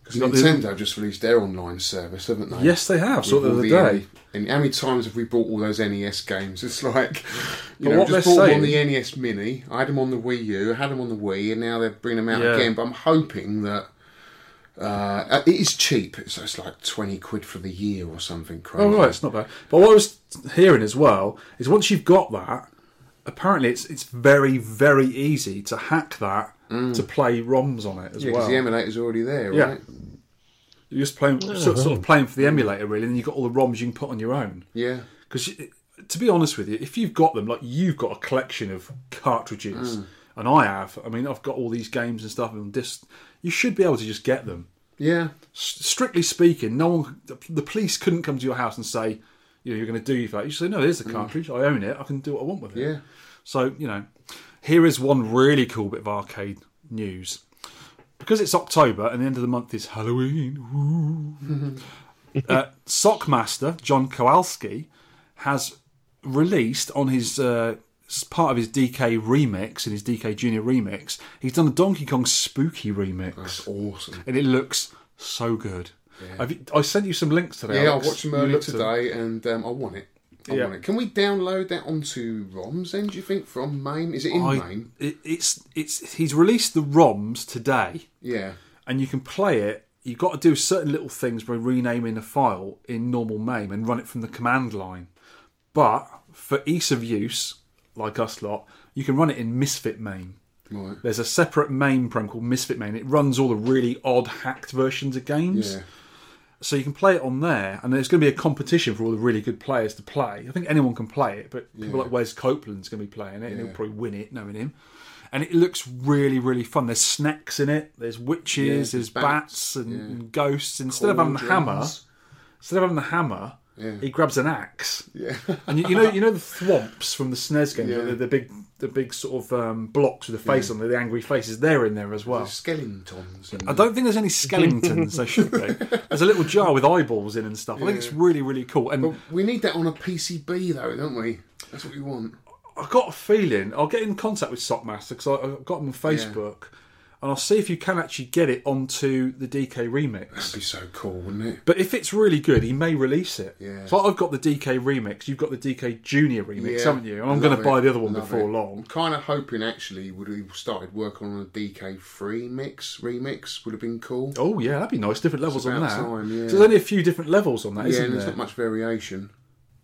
Because
got the-
Nintendo just released their online service, haven't they?
yes they have sort of
all um,
the other day.
And how many times have we bought all those NES games? It's like, you
But
know,
what
just
they're
bought them
saying-
on the NES Mini. I had them on the Wii U. I had them on the Wii, and now they're bringing them out
Yeah.
again. But I'm hoping that uh, it is cheap. So it's like twenty quid for the year or something crazy.
Oh right, it's not bad. But what I was hearing as well is once you've got that, apparently it's it's very very easy to hack that to play ROMs on it as
because
well.
Mm. the emulator's already there,
Yeah.
right?
You're just playing sort, sort of playing for the emulator really, and you've got all the ROMs you can put on your own.
Yeah.
Because to be honest with you, if you've got them, like you've got a collection of cartridges,
Mm.
and I have. I mean, I've got all these games and stuff and discs. You should be able to just get them.
Yeah.
s- strictly speaking, no one, the, the police couldn't come to your house and say, you know, you're going to do that. You say, no, here's the cartridge. I own it. I can do what I want with it.
Yeah.
So you know, here is one really cool bit of arcade news. Because it's October and the end of the month is Halloween. Woo. uh, Sockmaster John Kowalski has released on his uh, s- part of his DK remix in his DK Junior remix. He's done a Donkey Kong Spooky remix
That's awesome.
and it looks so good. Have you, I sent you some links today.
Yeah, I
Alex.
watched them
You
earlier
looked at them.
today, and um, I want it. I
Yeah.
want it. Can we download that onto ROMs then, do you think, from MAME? Is it in
I,
MAME?
it, it's it's he's released the ROMs today,
Yeah.
and you can play it. You've got to do certain little things by renaming a file in normal MAME and run it from the command line. But for ease of use, like us lot, you can run it in Misfit MAME.
Right.
There's a separate MAME program called Misfit MAME. It runs all the really odd hacked versions of games.
Yeah.
so you can play it on there, and there's going to be a competition for all the really good players to play. I think anyone can play it, but people like Wes Copeland's going to be playing it, and he'll probably win it, knowing him. And it looks really, really fun. There's snakes in it. There's witches.
Yeah,
there's
there's
bats,
bats,
and,
yeah.
and ghosts. Instead of having the hammer,
Cauldrons.
instead of having the hammer,
Yeah.
he grabs an axe.
Yeah.
And you, you know, you know the thwomps from the SNES games,
Yeah.
the, the big, the big sort of um, blocks with the face on there, the angry faces. They're in there as well.
Skeletons.
I don't think there's any skeletons. there should be. There's a little jar with eyeballs in and stuff. I think it's really, really cool. And
We need that on a PCB though, don't we? That's what we want.
I've got a feeling I'll get in contact with Sockmaster because I've got him on Facebook, and I'll see if you can actually get it onto the DK remix.
That'd be so cool, wouldn't it?
But if it's really good, he may release it.
Yeah.
So I've got the DK remix. You've got the DK Junior remix,
Yeah.
haven't you? And I'm
Love
going to buy
it.
the other one
Love
before
it. I'm
long.
kind of hoping actually would we started working on a DK free mix remix would have been cool.
Oh yeah, that'd be nice. Different levels on
about
that.
time, yeah.
So there's only a few different levels on that, not
yeah, and
there?
there's not much variation.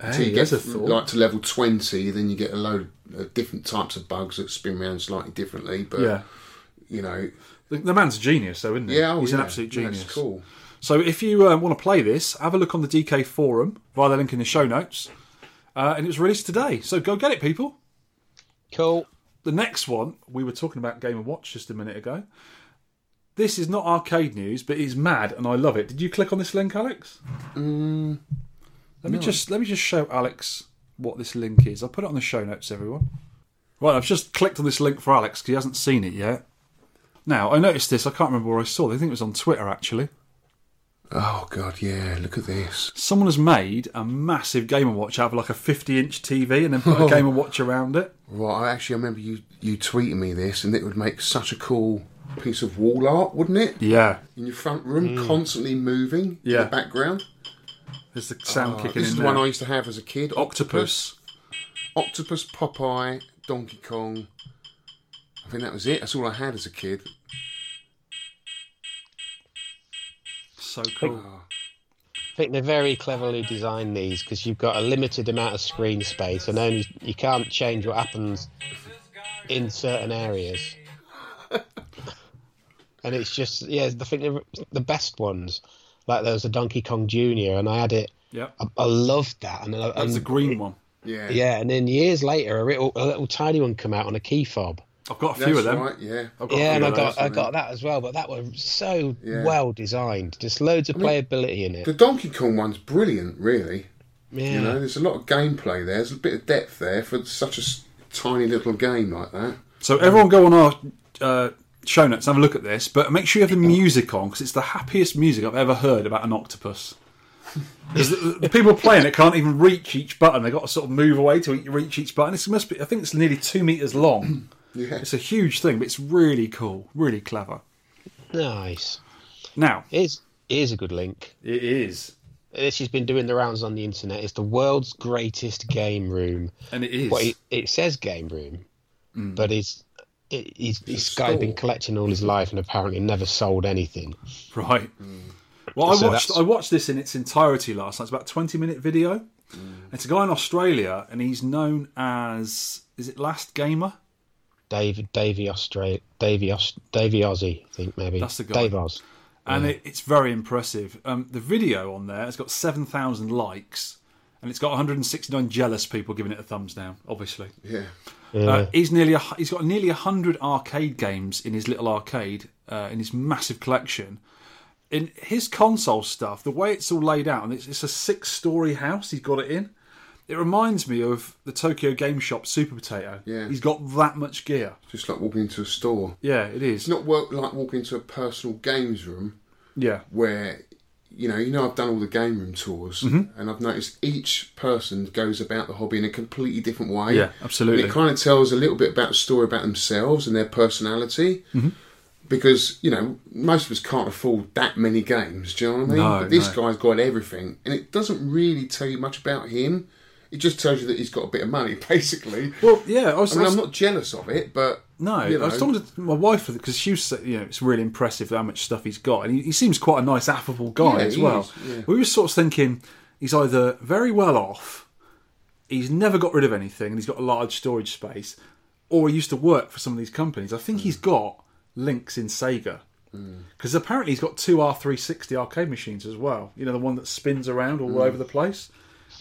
Hey,
Until you
there's
get
a thought.
like to level twenty, then you get a load of different types of bugs that spin around slightly differently. But
yeah.
you know,
The, the man's a genius, though, isn't he?
yeah, oh,
he's an
yeah.
absolute
Yeah,
genius.
it's cool.
So if you uh, want to play this, have a look on the DK forum via the link in the show notes. Uh, and it was released today, so go get it, people.
Cool.
The next one we were talking about Game and Watch just a minute ago. This is not arcade news, but it's mad, and I love it. Did you click on this link, Alex?
Mm.
let me just let me just show Alex what this link is. I'll put it on the show notes, everyone. Right, I've just clicked on this link for Alex because he hasn't seen it yet. Now I noticed this. I can't remember where I saw. it. I think it was on Twitter actually.
Oh god, yeah, look at this.
someone has made a massive Game Watch out of like a 50 inch TV and then put a Game Watch around it.
Right, I actually remember you you tweeting me this, and it would make such a cool piece of wall art, wouldn't it?
Yeah.
In your front room, constantly moving
Mm. Yeah.
in the background.
There's the sound kicking
Oh, This
in
is the
there.
one I used to have as a kid.
Octopus.
Octopus, Popeye, Donkey Kong. I think that was it. That's all I had as a kid.
So cool.
Oh.
I think they very cleverly designed these because you've got a limited amount of screen space and only you can't change what happens in certain areas. and it's just yeah, I think the the best ones. Like there was a Donkey Kong Junior, and I had it.
Yep.
I, I loved that, and, I-
That's
and
the green one.
Yeah,
yeah, and then years later, a little, a little tiny one come out on a key fob.
I've got a
That's
few of them.
right. Yeah,
I've got a few
Yeah, and I
of those.
got I got that as well, but that was so
Yeah.
well designed. Just loads of playability in it.
the Donkey Kong one's brilliant, really.
Yeah,
You know, there's a lot of gameplay there. There's a bit of depth there for such a s- tiny little game like that.
So everyone go on our uh, show notes, have a look at this, but make sure you have the music on because it's the happiest music I've ever heard about an octopus. 'Cause the, the people playing it can't even reach each button; they've got to sort of move away to e- reach each button. This must be—I think it's nearly two meters long.
Yeah,
It's a huge thing, but it's really cool, really clever.
nice.
Now
Here's here's a good link.
it is,
This has been doing the rounds on the internet. It's the world's greatest game room.
and it is.
Well, it, it says game room,
Mm.
but it's. It, he's, he's
a
Sky been
store.
collecting all his life and apparently never sold anything.
Right. Well, I
So
watched
that's-
I watched this in its entirety last night. It's about a twenty minute video. It's a guy in Australia, and he's known as is it Last Gamer?
Dave Davey Austra Davey Aus Davey Aussie, I think maybe.
That's the guy.
Dave Oz.
and it, it's very impressive. Um, the video on there has got seven thousand likes, and it's got 169 jealous people giving it a thumbs down. Obviously,
yeah.
uh, he's nearly a, hu- he's got nearly hundred arcade games in his little arcade uh, in his massive collection. In his console stuff, the way it's all laid out, and it's, it's a six-story house he's got it in. It reminds me of the Tokyo Game Shop Super Potato.
Yeah.
he's got that much gear.
Just like walking into a store.
Yeah, it is.
It's not work, like walking into a personal games room
yeah,
where you know, you know, I've done all the game room tours,
Mm-hmm.
and I've noticed each person goes about the hobby in a completely different way.
Yeah, absolutely.
And it kind of tells a little bit about the story about themselves and their personality.
Mm-hmm.
Because you know, most of us can't afford that many games. Do you know what I mean?
No,
but this
no.
guy's got everything, and it doesn't really tell you much about him. It just tells you that he's got a bit of money, basically.
well, yeah. I was,
I mean,
I was-
I'm not jealous of it, but
No,
you know,
I was talking to my wife because she was, sa- you know, it's really impressive how much stuff he's got, and he, he seems quite a nice, affable guy
Yeah,
as
he
well.
is, yeah.
We were sort of thinking he's either very well off, he's never got rid of anything, and he's got a large storage space, or he used to work for some of these companies. I
Mm.
think he's got links in Sega because apparently he's got two R360 arcade machines as well. You know, the one that spins around
Mm.
all over the place,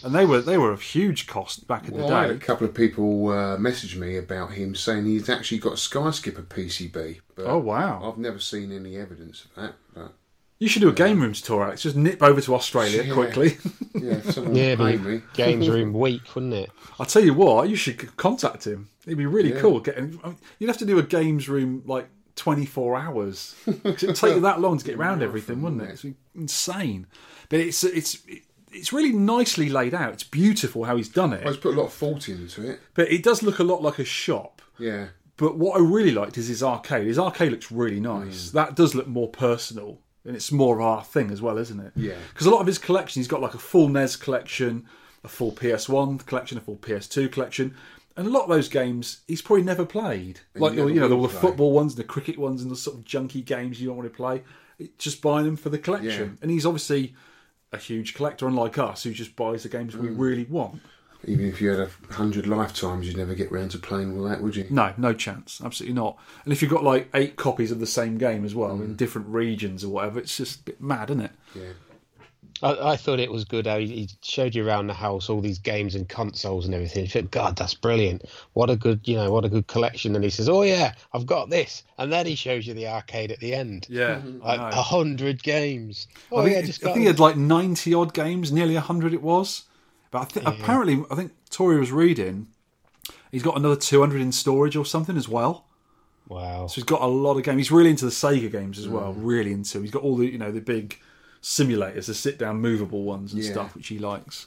and they were they were of huge cost back in
Well, I had
the
a
day.
couple of people uh, message me about him saying he's actually got a Sky Skipper PCB. But
Oh wow!
I've never seen any evidence of that. But
You should do a game rooms tour, Alex. Just nip over to Australia
Yeah.
quickly.
yeah, if someone
Yeah,
would pay
but
me.
games room week, wouldn't it?
I'll tell you what, you should c- contact him. It'd be really cool. Getting, I mean, you'd have to do a games room like 24 hours. 'Cause it'd take you that long to get around everything, wouldn't it? It's insane. But it's it's it's really nicely laid out. It's beautiful how he's done
I
it.
just put a lot of thought into it.
But it does look a lot like a shop.
Yeah,
But what I really liked is his arcade. His arcade looks really
Mm.
nice. That does look more personal, and it's more our thing as well, isn't it?
Yeah.
Because a lot of his collection, he's got like a full NES collection, a full PS1 collection, a full PS2 collection, and a lot of those games he's probably never played. like
never
you know, all
will
the
play.
football ones and the cricket ones and the sort of junky games you don't want to play. It- Just buying them for the collection,
Yeah.
and he's obviously a huge collector, unlike us, who just buys the games
Mm.
we really want.
even if you had a hundred lifetimes, you'd never get round to playing all that, would you?
No, no chance. Absolutely not. And if you've got like eight copies of the same game as well in different regions or whatever, it's just a bit mad, isn't it?
Yeah,
I, I thought it was good how he, he showed you around the house all these games and consoles and everything. You think, God, that's brilliant! What a good, you know, what a good collection. And he says, Oh yeah, I've got this, and then he shows you the arcade at the end.
Yeah.
Like a hundred games. Oh
I think,
yeah, just
I
got
think he
it.
had like 90 odd games, nearly 100 it was. But I think apparently, I think Tori was reading, he's got another 200 in storage or something as well.
Wow.
So he's got a lot of games. He's really into the Sega games as well. Really into. 'em. He's got all the you know the big simulators, the sit down movable ones and
Yeah.
stuff, which he likes.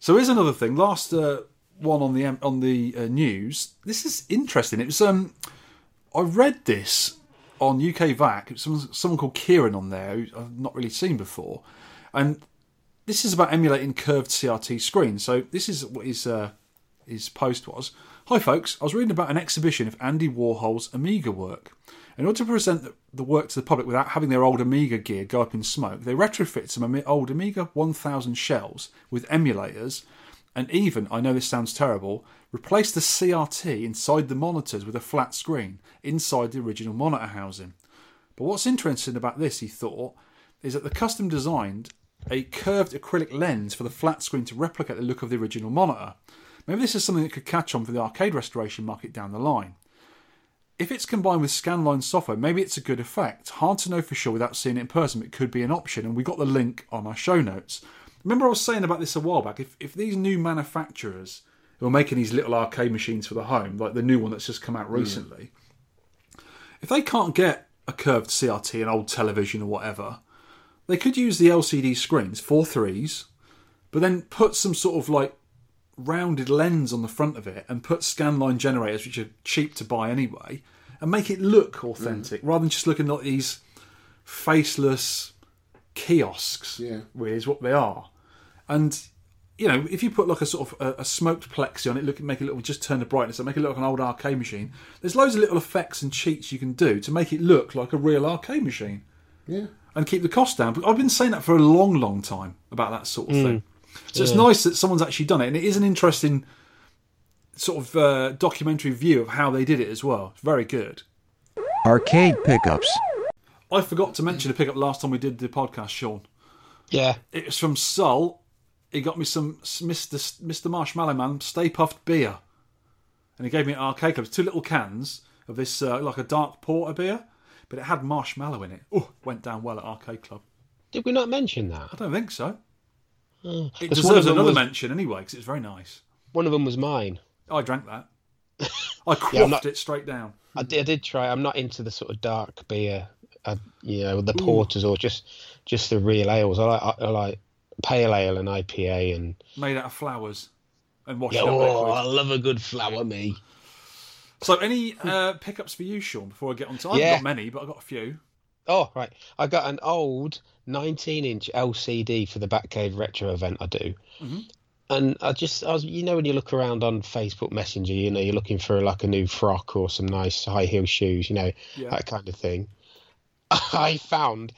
So here's another thing. Last uh, one on the um, on the uh, news. This is interesting. It was um, I read this on UK Vac. It was someone, someone called Kieran on there who I've not really seen before, and this is about emulating curved CRT screens. So this is what his uh, his post was. Hi folks, I was reading about an exhibition of Andy Warhol's Amiga work. In order to present the- the work to the public without having their old Amiga gear go up in smoke, they retrofit some Ami- old Amiga 1000 shells with emulators, and even, I know this sounds terrible, Replace the CRT inside the monitors with a flat screen inside the original monitor housing. But what's interesting about this, he thought, is that the custom designed a curved acrylic lens for the flat screen to replicate the look of the original monitor. Maybe this is something that could catch on for the arcade restoration market down the line. If it's combined with Scanline software, maybe it's a good effect. Hard to know for sure without seeing it in person, but it could be an option, and we got the link on our show notes. Remember, I was saying about this a while back. If, if these new manufacturers who are making these little arcade machines for the home, like the new one that's just come out recently, if they can't get a curved CRT, an old television or whatever, they could use the LCD screens, four threes, but then put some sort of like rounded lens on the front of it and put scanline generators, which are cheap to buy anyway, and make it
Mm-hmm.
look authentic rather than just looking like these faceless kiosks,
Yeah.
really is what they are. And you know, if you put like a sort of a, a smoked plexi on it, look, make it look, just turn the brightness up, make it look like an old arcade machine. There's loads of little effects and cheats you can do to make it look like a real arcade machine
Yeah.
and keep the cost down. But I've been saying that for a long, long time about that sort of thing. So it's nice that someone's actually done it, and it is an interesting sort of uh, documentary view of how they did it as well. It's Very good.
Arcade pickups.
I forgot to mention a pickup last time we did the podcast, Sean.
Yeah.
It was from Sol. He got me some s- Mr. S- Mr. Marshmallow Man Stay Puffed beer, and he gave me an arcade club two little cans of this uh, like a dark porter beer, but it had marshmallow in it. Oh, went down well at arcade club.
Did we not mention that?
I don't think so. It
'Cause
deserves
them
another
was,
mention anyway because it's very nice.
One of them was mine.
I drank that. I quaffed
Yeah, I'm not-
it straight down.
I did, I did try. I'm not into the sort of dark beer, I, you know, the porters or just just the real ales. I like, I like pale ale and IPA and
Made out of flowers and washed
yeah,
up
oh, I
liquid.
love a good flower me.
So, any uh, pickups for you, Sean? Before I get on to, I've
Yeah.
got many, but I've got a few.
Oh right, I got an old 19-inch LCD for the Batcave Retro event I do, and I just I was you know when you look around on Facebook Messenger, you know you're looking for like a new frock or some nice high heel shoes, you know
Yeah.
that kind of thing. I found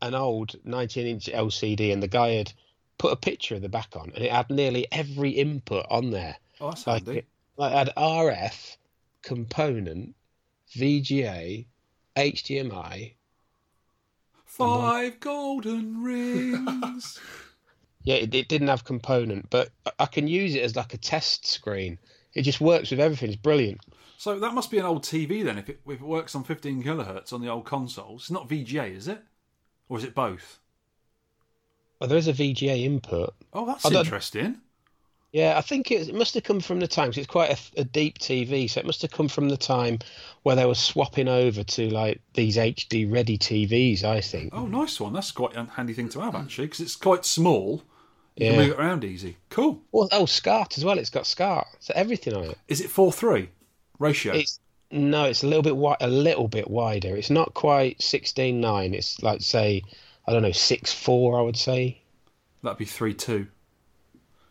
an old 19-inch LCD, and the guy had put a picture of the back on, and it had nearly every input on there.
Oh, that's
Like
handy.
it, like it had RF, component, VGA, HDMI.
Five golden rings.
Yeah, it, it didn't have component, but I- I can use it as like a test screen. It just works with everything. It's brilliant.
so that must be an old TV then, if it, if it works on 15 kilohertz on the old consoles. It's not VGA, is it? Or is it both?
Oh, there is a VGA input.
Oh, that's
I don't-
interesting.
Yeah, I think it, it must have come from the time 'cause it's quite a, a deep TV, so it must have come from the time where they were swapping over to like these HD ready TVs. I think.
Oh, nice one. That's quite a handy thing to have actually, because it's quite small. You
Hmm. Yeah.
can move it around easy. Cool.
Well, oh, SCART as well. It's got SCART. So everything on it.
Is it four three ratio?
It's no, it's a little bit wi- a little bit wider. It's not quite sixteen nine. It's like say, I don't know, six four. I would say
That'd be three two.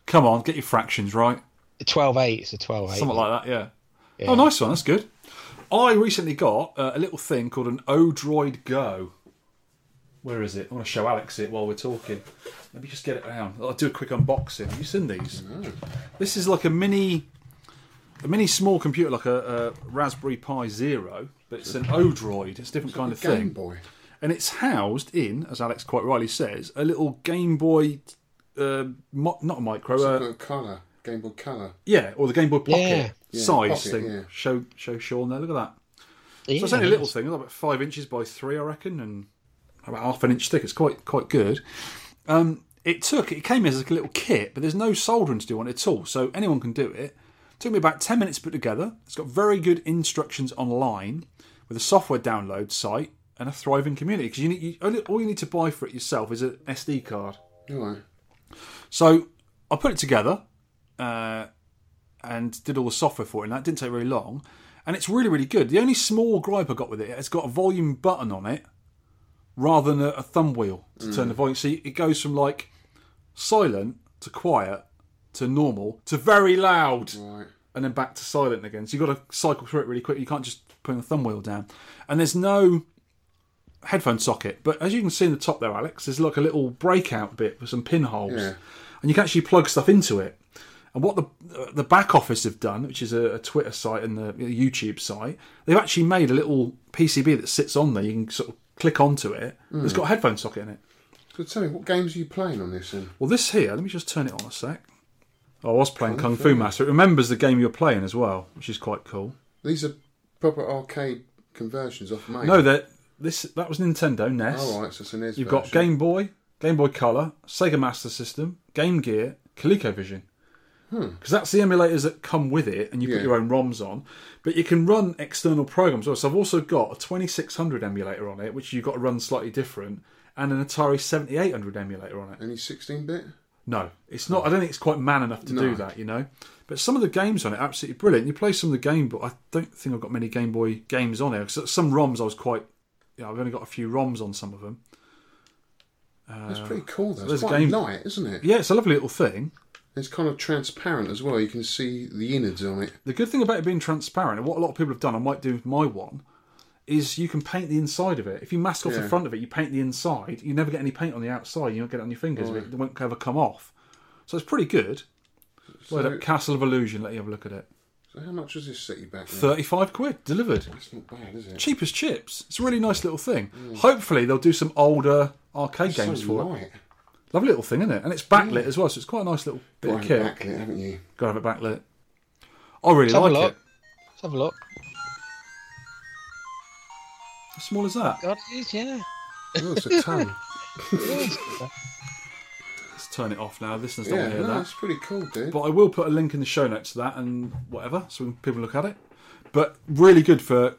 Come on, get your fractions right.
twelve eight. It's a twelve eight.
Something like that, yeah. Oh, nice one. That's good. I recently got uh, a little thing called an Odroid Go. Where is it? I want to show Alex it while we're talking. Let me just get it down. I'll do a quick unboxing. Have you seen these? This is like a mini, a mini small computer, like a, a Raspberry Pi Zero, but it's an Odroid. It's a different kind of
Game
thing.
Boy.
and it's housed in, as Alex quite rightly says, a little Game Boy, uh, mo- not a micro, uh,
Got colour. Game Boy Colour.
yeah, or the Game Boy Pocket
Yeah.
Yeah,
size
Pocket,
thing.
yeah.
Show show Sean there. Look at that.
Yeah,
So it's only a little
nice.
thing, about five inches by three, I reckon, and about half an inch thick. It's quite quite good. Um, it took it came as like a little kit, but there's no soldering to do on it at all, so anyone can do it. Took me about ten minutes to put together. It's got very good instructions online with a software download site and a thriving community. Because you need you, only- all you need to buy for it yourself is an SD card.
All right.
So I put it together uh, and did all the software for it, and that didn't take very long. And it's really, really good. The only small gripe I got with it, it's got a volume button on it rather than a, a thumb wheel to turn the volume. So it goes from like silent to quiet to normal to very loud
Right.
and then back to silent again. So you've got to cycle through it really quick. You can't just put the thumb wheel down. And there's no headphone socket. But as you can see in the top there, Alex, there's like a little breakout bit with some pinholes.
Yeah.
And you can actually plug stuff into it. And what the uh, the back office have done, which is a, a Twitter site and the a YouTube site, they've actually made a little PCB that sits on there. You can sort of click onto it. It's got a headphone socket in it.
So tell me, what games are you playing on this then?
Well, this here, let me just turn it on a sec. Oh, I was playing Kung Fu Master. It remembers the game you're playing as well, which is quite cool.
These are proper arcade conversions off mate.
No, that this that was Nintendo E NES.
All right, so it's an NES
You've got
version.
Game Boy, Game Boy Color, Sega Master System, Game Gear, ColecoVision. Because that's the emulators that come with it, and you
Hmm. Yeah.
put your own ROMs on. But you can run external programs. Also, I've also got a 2600 emulator on it, which you've got to run slightly different, and an Atari 7800 emulator on it.
Any 16 bit?
No, it's not. I don't think it's quite man enough to do that, you know. But some of the games on it are absolutely brilliant. You play some of the Game Boy. I don't think I've got many Game Boy games on there. 'cause some ROMs I was quite. You know, I've only got a few ROMs on some of them.
That's pretty cool though.
Uh, there's a
It's quite
game-
light, isn't it?
Yeah, it's a lovely little thing.
It's kind of transparent as well. You can see the innards on it.
The good thing about it being transparent, and what a lot of people have done, I might do with my one, is you can paint the inside of it. If you mask off the
Yeah.
front of it, you paint the inside. You never get any paint on the outside. You don't get it on your fingers. but It won't ever come off. So it's pretty good. Word up, Castle of Illusion. Let you have a look at it.
So how much does this set you back? then?
Thirty-five quid delivered.
That's not bad, is it?
cheap as chips. It's a really nice little thing. Hopefully they'll do some older arcade games
Mm. so
for it.
light.
Lovely little thing, isn't it? And it's backlit as well, so it's quite a nice little bit
Right
of kit.
backlit, haven't you?
Gotta have it backlit. I really
Let's have a
like
look.
it.
Let's have a look.
How small is that?
God, it is, yeah.
Oh, it's a ton.
Let's turn it off now. Listeners don't
yeah,
want to hear
no,
that.
that's pretty cool, dude.
But I will put a link in the show notes to that and whatever, so people look at it. But really good for.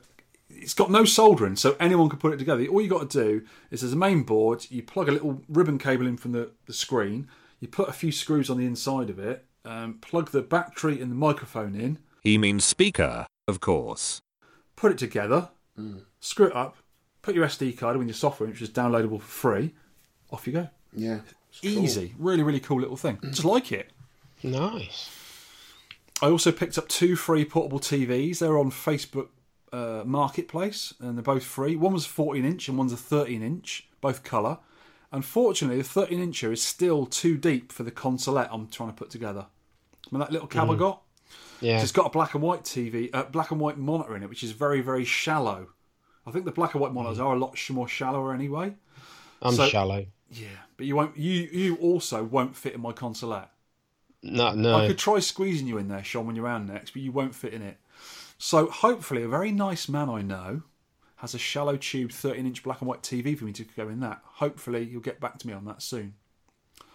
It's got no soldering, so anyone can put it together. All you got to do is there's a main board. You plug a little ribbon cable in from the, the screen. You put a few screws on the inside of it. Um, plug the battery and the microphone in.
He means speaker, of course.
Put it together. Screw it up. Put your SD card in with your software, which is downloadable for free. Off you go.
yeah, it's cool.
Easy. Really, really cool little thing. Just like it.
Nice.
I also picked up two free portable TVs. They're on Facebook uh, Marketplace, and they're both free. One was a 14 inch, and one's a 13 inch, both colour. Unfortunately, the 13 incher is still too deep for the consolette I'm trying to put together. I mean, that little cab I got,
Yeah.
it's got a black and white TV, uh, black and white monitor in it, which is very, very shallow. I think the black and white monitors are a lot sh- more shallower anyway.
I'm
so-
shallow.
Yeah, but you won't. You you also won't fit in my consolette.
No, no.
I could try squeezing you in there, Sean, when you're around next, but you won't fit in it. So hopefully, a very nice man I know has a shallow tube, 13 inch black and white TV for me to go in that. Hopefully, you'll get back to me on that soon.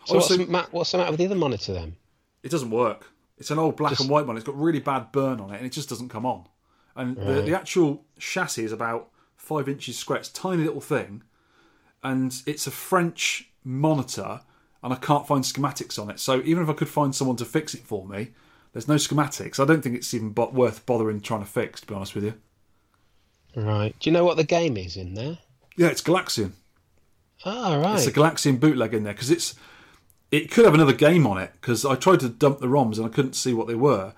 so what's,
also-
the ma- what's the matter with the other monitor then?
It doesn't work. It's an old black and white one. It's got really bad burn on it, and it just doesn't come on. And the, the actual chassis is about five inches square. It's a tiny little thing, and it's a French monitor, and I can't find schematics on it. So even if I could find someone to fix it for me, there's no schematics. I don't think it's even bo- worth bothering trying to fix. To be honest with you,
Right. Do you know what the game is in there?
yeah, it's Galaxian.
Ah, right.
It's a Galaxian bootleg in there because it's it could have another game on it because I tried to dump the ROMs and I couldn't see what they were,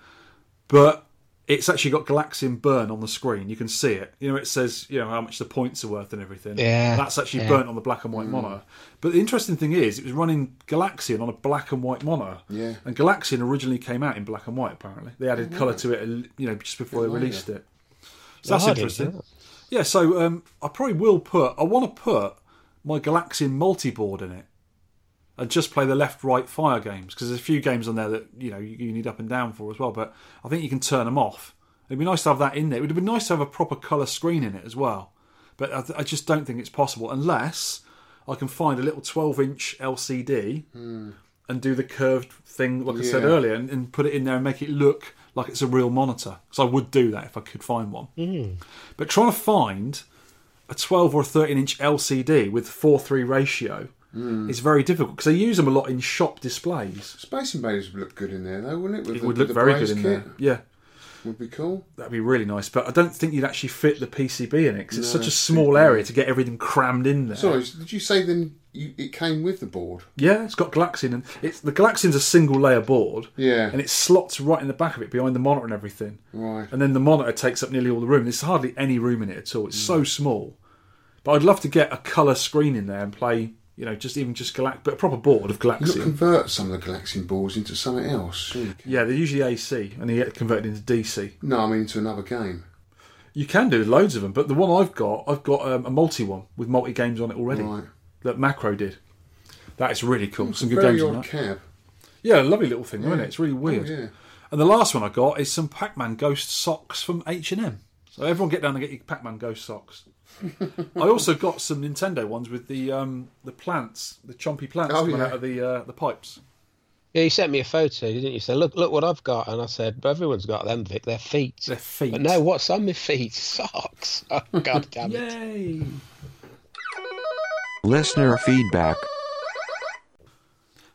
but it's actually got Galaxian burn on the screen. You can see it. You know, it says you know how much the points are worth and everything.
Yeah,
that's actually
yeah.
burnt on the black and white monitor. But the interesting thing is, it was running Galaxian on a black and white monitor.
Yeah.
and Galaxian originally came out in black and white. Apparently, they added colour to it. You know, just before they released it. So that's
Oh, I didn't
interesting.
know that.
Yeah, so um, I probably will put. I want to put my Galaxian multi-board in it, and just play the left-right fire games because there's a few games on there that you know you, you need up and down for as well. But I think you can turn them off. It'd be nice to have that in there. It would have been nice to have a proper colour screen in it as well. But I, th- I just don't think it's possible unless I can find a little 12-inch LCD and do the curved thing like I said
Hmm. Yeah.
earlier and, and put it in there and make it look like it's a real monitor. Because I would do that if I could find one. But trying to find a 12 or 13 inch LCD with 4 3 ratio
Hmm.
is very difficult because they use them a lot in shop displays.
Space Invaders would look good in there, though, wouldn't it? With
It
the,
would look
the
very
braze
good in
kit.
there. Yeah,
Would be cool.
that'd be really nice. But I don't think you'd actually fit the PCB in it because it's such a small area to get everything crammed in there.
Sorry, did you say then you, it came with the board?
Yeah, it's got Galaxian, and it's the Galaxian's a single layer board.
Yeah.
and it slots right in the back of it behind the monitor and everything.
Right.
and then the monitor takes up nearly all the room. There's
Mm.
hardly any room in it at all. It's so small. But I'd love to get a colour screen in there and play, you You know, just even just Galax, but a proper board of
You could
Galaxian.
convert some of the Galaxian balls into something else. surely.
Yeah, they're usually AC, and he converted into DC.
No, I mean into another game.
You can do loads of them, but the one I've got, I've got um, a multi one with multi games on it already
Right.
that Macro did. That is really cool. Some good
Very
games on
odd
that.
cab.
Yeah, a lovely little thing, isn't it? It's really weird.
yeah.
And the last one I got is some Pac-Man Ghost socks from H and M. So everyone get down and get your Pac-Man Ghost socks. I also got some Nintendo ones with the um, the plants, the chompy plants
Oh,
coming
yeah.
out of the uh, the pipes.
Yeah, you sent me a photo, didn't you? Say, look, look what I've got, and I said, "But everyone's got them, Vic. Their feet.
Their feet.
But no, what's on my feet? Socks. Oh, God damn it!
Yay!
Listener feedback.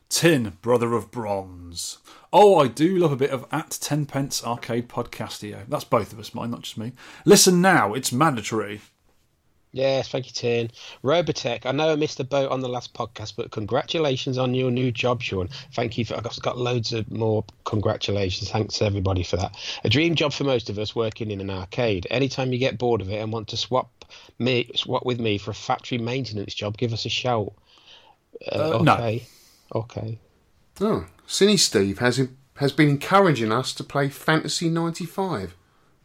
Tin, brother of bronze. Oh, I do love a bit of at tenpence arcade podcastio. That's both of us, mine, not just me. Listen now, it's mandatory.
Yes, thank you, Tin. Robotech, I know I missed the boat on the last podcast, but congratulations on your new job, Sean. Thank you for. I've got- got loads of more congratulations. Thanks to everybody for that. A dream job for most of us working in an arcade. Anytime you get bored of it and want to swap me swap with me for a factory maintenance job, give us a shout. Uh,
Uh, no.
okay. Okay.
Oh, Cine Steve has has been encouraging us to play Fantasy 95.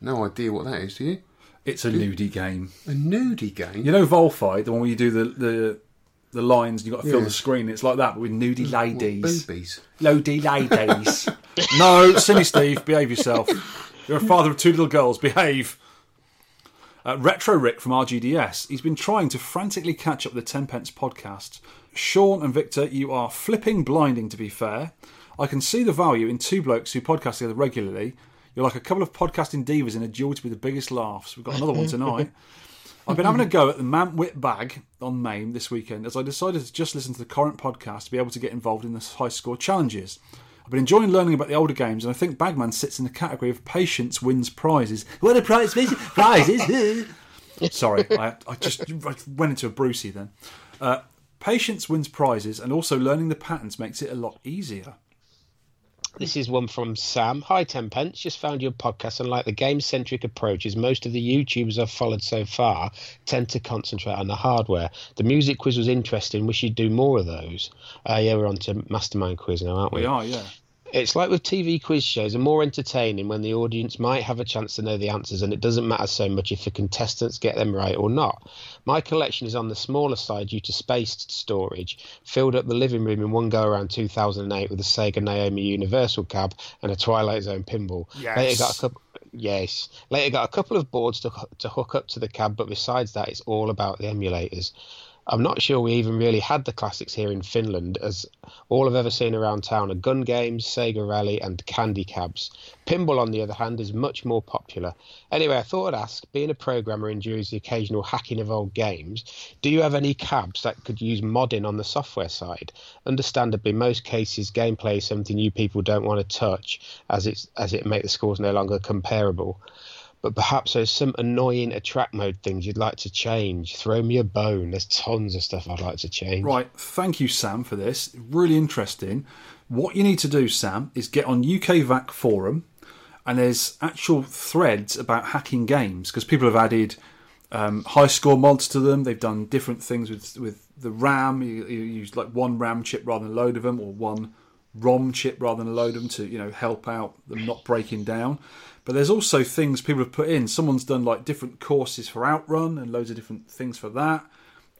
No idea what that is, do you?
It's a nudie game.
A nudie game?
You know Volfi, the one where you do the the, the lines and you've got to fill
Yeah.
the screen, it's like that, but with nudie ladies.
Boobies.
Lodi ladies. no, silly Steve, behave yourself. You're a father of two little girls, behave. Uh, Retro Rick from RGDS, he's been trying to frantically catch up with the Tenpence podcast. Sean and Victor, you are flipping blinding, to be fair. I can see the value in two blokes who podcast together regularly. You're like a couple of podcasting divas in a duel to be the biggest laughs. We've got another one tonight. I've been having a go at the Mantwit Bag on MAME this weekend as I decided to just listen to the current podcast to be able to get involved in the high score challenges. I've been enjoying learning about the older games, and I think Bagman sits in the category of patience wins prizes. What a prize! Prizes! Sorry, I, I just I went into a Brucey then. Uh, patience wins prizes, and also learning the patterns makes it a lot easier.
This is one from Sam. Hi, Tenpence. Just found your podcast, and like the game centric approaches, most of the YouTubers I've followed so far tend to concentrate on the hardware. The music quiz was interesting. Wish you'd do more of those. Uh, yeah, we're on to Mastermind Quiz now, aren't we?
We are, yeah.
It's like with TV quiz shows, are more entertaining when the audience might have a chance to know the answers, and it doesn't matter so much if the contestants get them right or not. My collection is on the smaller side due to spaced storage. Filled up the living room in one go around 2008 with a Sega Naomi Universal cab and a Twilight Zone pinball. Later got a couple. Yes. Later got a couple of boards to, to hook up to the cab, but besides that, it's all about the emulators. I'm not sure we even really had the classics here in Finland, as all I've ever seen around town are gun games, Sega Rally, and candy cabs. Pinball, on the other hand, is much more popular. Anyway, I thought I'd ask being a programmer endures the occasional hacking of old games, do you have any cabs that could use modding on the software side? Understandably, most cases, gameplay is something you people don't want to touch, as, it's, as it make the scores no longer comparable but perhaps there's some annoying attract mode things you'd like to change. Throw me a bone. There's tons of stuff I'd like to change.
Right, thank you, Sam, for this. Really interesting. What you need to do, Sam, is get on UKVAC forum, and there's actual threads about hacking games because people have added um, high score mods to them. They've done different things with with the RAM. You, you use like one RAM chip rather than a load of them, or one ROM chip rather than a load of them to you know help out them not breaking down. But there's also things people have put in. Someone's done like different courses for Outrun and loads of different things for that.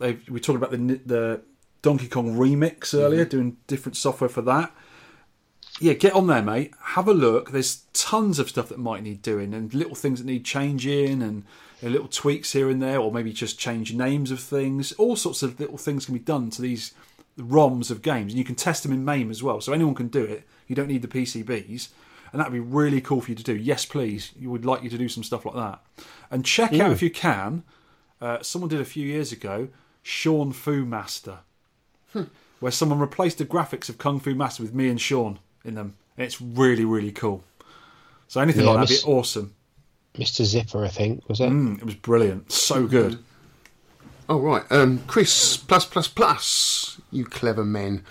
They've, we talked about the ni- the Donkey Kong remix earlier, doing different software for that yeah, get on there, mate. Have a look. There's tons of stuff that might need doing and little things that need changing and you know, little tweaks here and there, or maybe just change names of things. All sorts of little things can be done to these ROMs of games, and you can test them in MAME as well. So anyone can do it. You don't need the PCBs, and that'd be really cool for you to do. Yes, please. You would like you to do some stuff like that, and check out if you can. Uh, someone did a few years ago, Sean Fu Master where someone replaced the graphics of Kung Fu Master with me and Sean in them. And it's really, really cool. So anything
Yeah,
like that
this-
would be awesome.
Mr. Zipper, I think, was it?
Mm, it was brilliant. So good.
Oh, right. Um, Chris, plus, plus, plus. You clever men.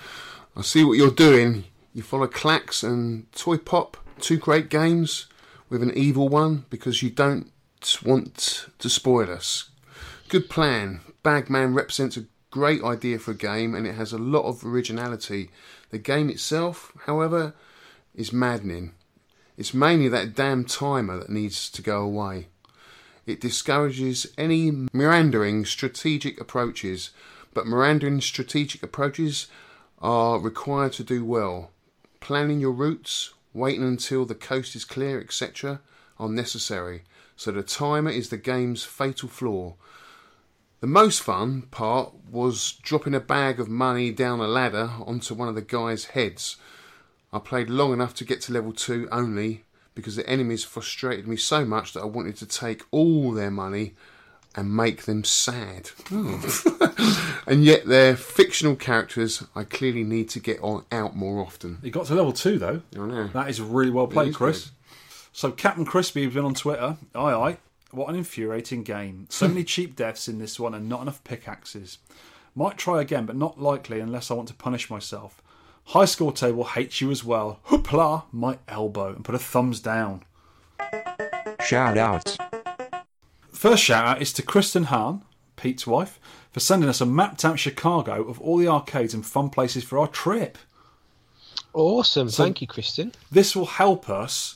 I see what you're doing. You follow Clax and Toy Pop, two great games with an evil one because you don't want to spoil us. Good plan. Bagman represents a great idea for a game and it has a lot of originality. The game itself, however, is maddening. It's mainly that damn timer that needs to go away. It discourages any mirandering strategic approaches, but mirandering strategic approaches are required to do well. Planning your routes, waiting until the coast is clear, etc., are necessary. So the timer is the game's fatal flaw. The most fun part was dropping a bag of money down a ladder onto one of the guys' heads. I played long enough to get to level 2 only because the enemies frustrated me so much that I wanted to take all their money and make them sad. and yet they're fictional characters I clearly need to get on out more often.
He got to level two though.
I know.
That is really well
is
played, Chris.
good.
So Captain Crispy has been on Twitter. Aye aye. What an infuriating game. So many cheap deaths in this one and not enough pickaxes. Might try again, but not likely unless I want to punish myself. High score table hates you as well. Hoopla, my elbow, and put a thumbs down.
Shoutouts.
First shout out is to Kristen Hahn, Pete's wife, for sending us a mapped out Chicago of all the arcades and fun places for our trip.
Awesome. Thank you, Kristen.
this will help us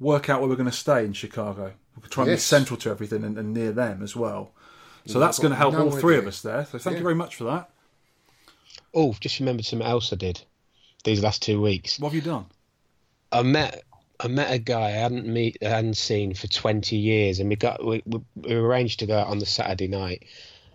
work out where we're going to stay in Chicago. We'll try and be
Yes.
central to everything and, and near them as well. So that's going to help
no
all three
idea.
of us there. So thank
Yeah.
you very much for that.
Oh, I've just remembered something else I did these last two weeks.
What have you done?
I met I met a guy I hadn't meet I hadn't seen for twenty years, and we got we, we, we arranged to go out on the Saturday night.